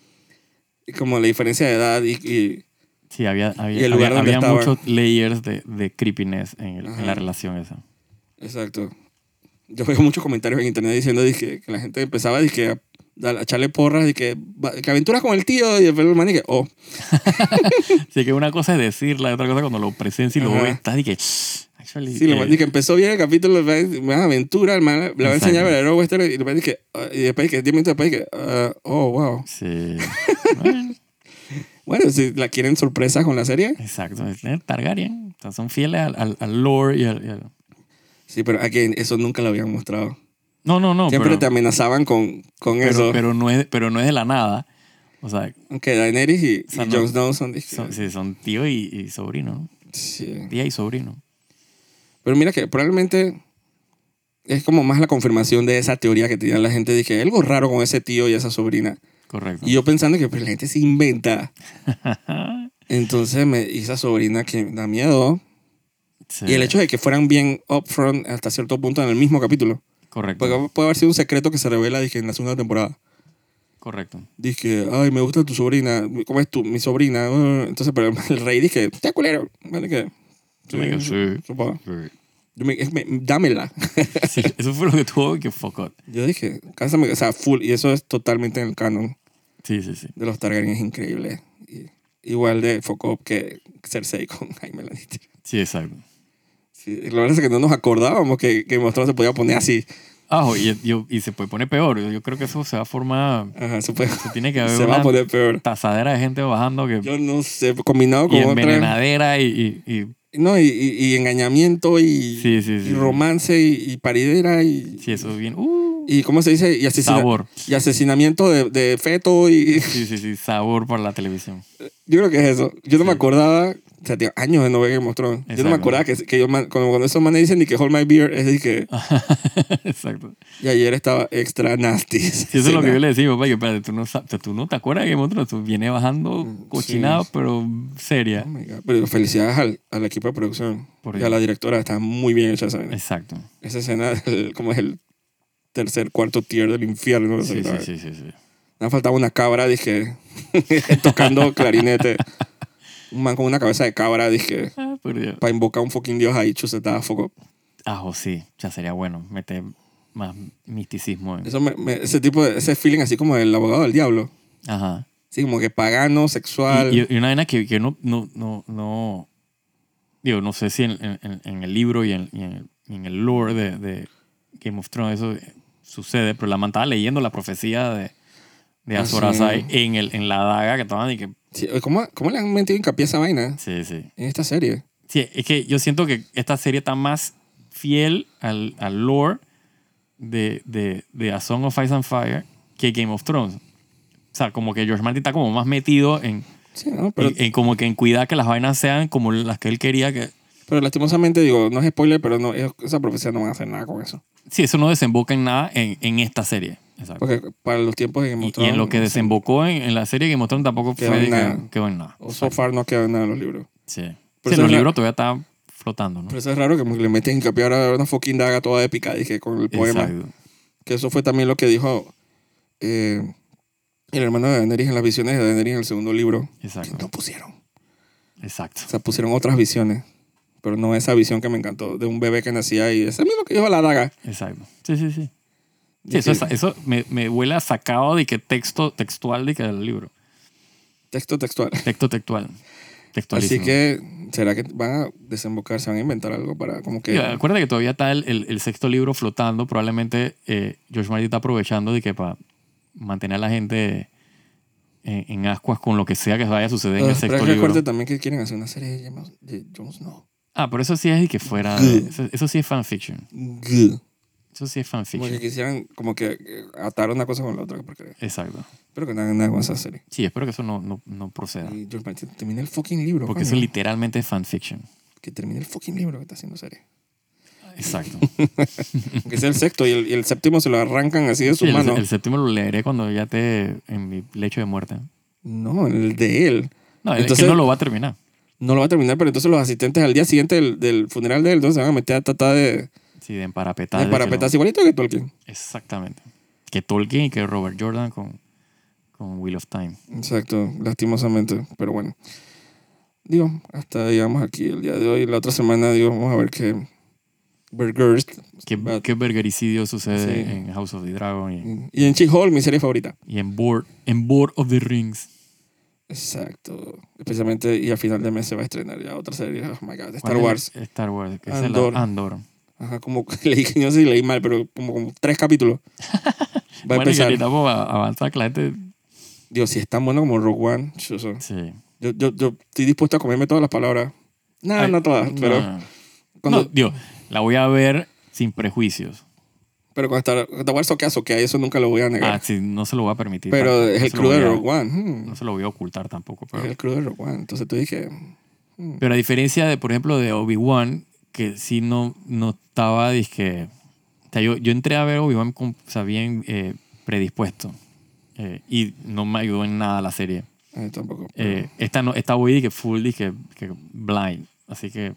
A: como la diferencia de edad y, y
B: sí, había,
A: y
B: había,
A: el lugar
B: había-
A: donde
B: había
A: estaba.
B: muchos layers de, de creepiness en, el- en
A: Ajá.
B: la relación esa.
A: exacto. Yo veo muchos comentarios en internet diciendo dizque, que la gente empezaba dizque, a, dar- a echarle porras y que, que aventuras con el tío y el man y que, oh,
B: Así que una cosa es decirla, y otra cosa cuando lo presencias y lo
A: Ajá.
B: ves, estás y que... "Shh, Actually,
A: Sí, lo
B: eh,
A: más que empezó bien el capítulo, la más aventura, el man, le va a enseñar
B: Exacto.
A: el héroe western este, y después que, y después que 10 minutos después que, ah, oh, wow.
B: Sí. Bueno,
A: Bueno, si la quieren sorpresa con la serie.
B: exacto. es el Targaryen. O sea, son fieles al, al- al lore y al... y al-
A: Sí, pero aquí eso nunca lo habían mostrado.
B: No, no, no.
A: Siempre
B: pero,
A: te amenazaban con, con
B: pero,
A: eso.
B: pero no es, pero no es de la nada. O sea,
A: Aunque Daenerys y,
B: sea,
A: y
B: no-
A: Jon Snow son,
B: son, sí, son tío y, y sobrino, ¿no?
A: Sí.
B: Tía y sobrino.
A: Pero mira que probablemente es como más la confirmación de esa teoría que tenía la gente. Dije, algo raro con ese tío y esa sobrina.
B: Correcto.
A: Y yo pensando que pues, la gente se inventa. Entonces me hice esa sobrina que da miedo.
B: Sí,
A: Y el hecho de que fueran bien upfront hasta cierto punto en el mismo capítulo.
B: Correcto.
A: Porque puede haber sido un secreto que se revela dije, en la segunda temporada.
B: Correcto.
A: Dije, ay, me gusta tu sobrina. ¿Cómo es tu, mi sobrina? Uh, Entonces, pero el rey dije, está culero. Vale, que,
B: Yo me quedo, sí.
A: supongo.
B: Sí.
A: Yo me- es- me- dámela.
B: Sí, eso fue lo que tuvo que fuck up.
A: Yo dije, cásame, o sea, full. Y eso es totalmente en el canon
B: Sí, sí, sí.
A: de los Targaryen, es increíble. Y- igual de Focop que Cersei con Jaime Lannister.
B: Sí, exacto.
A: Sí, lo verdad es que no nos acordábamos que, que Mostrón se podía poner así.
B: Ah, y, yo- y se puede poner peor. Yo creo que eso se va a formar.
A: Ajá, se puede-
B: Se tiene que haber
A: se va
B: una
A: a poner peor.
B: tazadera de gente bajando que,
A: Yo no sé, combinado
B: y
A: con otra.
B: envenenadera y, y, y-
A: No, y, y- y engañamiento y,
B: Sí, sí, sí.
A: y romance y, y paridera y,
B: Sí, eso es bien. Uh,
A: y. ¿Cómo se dice? Y, asesina-
B: sabor.
A: y asesinamiento de, de feto. y
B: Sí, sí, sí. Sabor para la televisión.
A: Yo creo que es eso. Yo no me acordaba. O sea, tío, años de no ver Game of Thrones. Yo no me
B: Exacto.
A: acordaba que, que yo, man- cuando, cuando esos manes dicen ni que hold my beer, es de que.
B: exacto.
A: Y ayer estaba extra nasty.
B: Sí, eso es lo que yo le decía, papá, que espérate, tú no, sa- o sea, tú no te acuerdas de Game of Thrones, tú vienes bajando cochinado, pero seria.
A: Oh my God. Pero felicidades al, al equipo de producción. y
B: Por ello.
A: a la directora. Está muy bien hecha esa vaina.
B: Exacto.
A: Esa escena, el- como es el tercer, cuarto tier del infierno.
B: Sí,
A: ¿sabes?
B: sí, sí, sí, sí.
A: Me faltaba una cabra, dije, tocando clarinete. Un man con una cabeza de cabra, dije,
B: Ah, por Dios.
A: para invocar a un fucking dios ahí, chusetada, foco.
B: Ajo, Ah, oh, sí. Ya sería bueno meter más misticismo. En...
A: Eso me- me- ese tipo de, ese feeling así como del abogado del diablo.
B: Ajá.
A: Sí, como que pagano, sexual.
B: Y, y- y una vaina que, que no, no, no, no... Digo, no sé si en, en- en- en el libro y en, y en el- y en el lore de, de Game of Thrones eso eh, sucede, pero la man estaba leyendo la profecía de, de
A: Ah,
B: Azor
A: sí.
B: Ahai en, el, en la daga que estaban y que...
A: Sí, ¿Cómo, ¿Cómo le han metido hincapié a esa vaina
B: Sí, sí.
A: en esta serie?
B: Sí, es que yo siento que esta serie está más fiel al, al lore de, de, de A Song of Ice and Fire que Game of Thrones. O sea, como que George Martin está como más metido en,
A: Sí, ¿no? Pero,
B: en- en como que en cuidar que las vainas sean como las que él quería que...
A: pero lastimosamente, digo, no es spoiler, pero no, ellos- esa profecía no van a hacer nada con eso.
B: Sí, eso no desemboca en nada en, en esta serie. Exacto.
A: Porque para los tiempos que
B: Y,
A: hemos
B: y en lo que desembocó en, en la serie que mostraron tampoco
A: Quedó
B: fue
A: en
B: de que
A: nada.
B: quedó en nada.
A: O so far no queda nada en los libros.
B: Sí.
A: Por
B: Sí,
A: eso
B: los
A: es la- Pues
B: libros todavía están flotando, ¿no?
A: Pero eso es raro que como que le meten hincapié ahora a una fucking daga toda épica, dije, con el poema.
B: Exacto.
A: Que eso fue también lo que dijo eh, el hermano de Daenerys en las visiones de Daenerys en el segundo libro. Que
B: Exacto.
A: no pusieron.
B: Exacto.
A: O sea, pusieron otras visiones. Pero no esa visión que me encantó de un bebé que nacía y ese es lo que dijo la daga.
B: Exacto. Sí, sí, sí. Sí,
A: Dije,
B: eso, es- eso me, me huele a sacado de que texto textual de que del libro.
A: Texto textual.
B: Texto textual. Textualísimo.
A: Así que, ¿será que van a desembocar? ¿Se van a inventar algo para como que... ah,
B: Sí, eh, acuérdate que todavía está el, el- el sexto libro flotando. Probablemente eh, George Martin está aprovechando de que para mantener a la gente en, en ascuas con lo que sea que vaya a suceder en
A: Ah,
B: el
A: pero
B: sexto libro.
A: recuerda también que quieren hacer una serie de James- de Jon Snow.
B: Ah, pero eso sí es de que fuera. Eso, eso sí es fanfiction.
A: Gah.
B: Eso sí es
A: Como que
B: fanfiction.
A: quisieran como que eh, atar una cosa con la otra. Porque
B: Exacto.
A: espero que no hagan nada con esa serie.
B: Sí, espero que eso no, no, no proceda.
A: Y George Martin, termina el fucking libro.
B: Porque
A: coño.
B: eso literalmente es fanfiction.
A: que termine el fucking libro que está haciendo serie.
B: Exacto.
A: Aunque sea el sexto y el, y el séptimo se lo arrancan así de su
B: Sí, el,
A: mano.
B: el séptimo lo leeré cuando ya te en mi lecho de muerte.
A: No, el de él.
B: No, es
A: Entonces-
B: que no lo va a terminar.
A: No lo va a terminar, pero entonces los asistentes al día siguiente del, del funeral de él, entonces se van a meter a tratar de,
B: Sí, de emparapetar.
A: de
B: de que
A: parapetas igualito que Tolkien.
B: lo- Exactamente. Que Tolkien y que Robert Jordan con, con Wheel of Time.
A: Exacto, lastimosamente, pero bueno. Digo, hasta llegamos aquí el día de hoy. La otra semana, digo, vamos a ver qué Burgers
B: ¿Qué,
A: But-
B: qué bergericidio sucede
A: Sí.
B: en House of the Dragon y,
A: y en She-Hulk, mi serie favorita.
B: y en, Board, en Board of the Rings?
A: Exacto, especialmente y a final de mes se va a estrenar ya otra serie. Oh my god,
B: ¿Cuál
A: Star
B: es la-
A: Wars.
B: Star Wars. que esa es la-
A: Andor.
B: Andor.
A: Ajá, como que leí, no sé si leí mal, pero como, como tres capítulos. Va a
B: bueno, y
A: empezar.
B: ahorita vamos a avanzar que la gente...
A: Dios, si es tan bueno como Rogue One, yo, yo-
B: Sí.
A: yo- yo estoy dispuesto a comerme todas las palabras. No,
B: Ay,
A: Ah, no todas,
B: no,
A: pero,
B: no, no.
A: cuando,
B: No, digo, la voy a ver sin prejuicios.
A: pero cuando Star, Star Wars toque a soquear, eso nunca lo voy a negar.
B: Ah, sí, no se lo voy a permitir.
A: pero
B: tampoco,
A: es
B: no
A: el
B: se lo
A: crew de
B: voy a-
A: Rogue One. hmm,
B: No se lo voy a ocultar tampoco.
A: es
B: Pero,
A: el crew de Rogue One. Entonces tú dije, hmm,
B: pero a diferencia de, por ejemplo, de Obi-Wan, que sí no, no estaba, dizque... O sea, yo, yo entré a ver Obi-Wan con- o sea, bien eh, predispuesto. eh, y no me ayudó en nada la serie.
A: eh, tampoco.
B: Eh, esta, no, esta voy que full, dizque que blind. Así que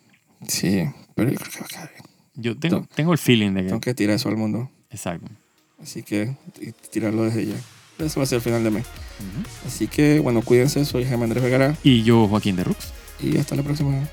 A: sí, pero yo creo que va a quedar bien.
B: yo tengo, tengo el feeling de
A: Tengo
B: que...
A: que tirar eso al mundo.
B: Exacto.
A: Así que y tirarlo desde ya. Eso va a ser el final de mes. Así que, bueno, cuídense. Soy Jaime Andrés Vergara
B: Y yo, Joaquín de Rux.
A: y hasta la próxima.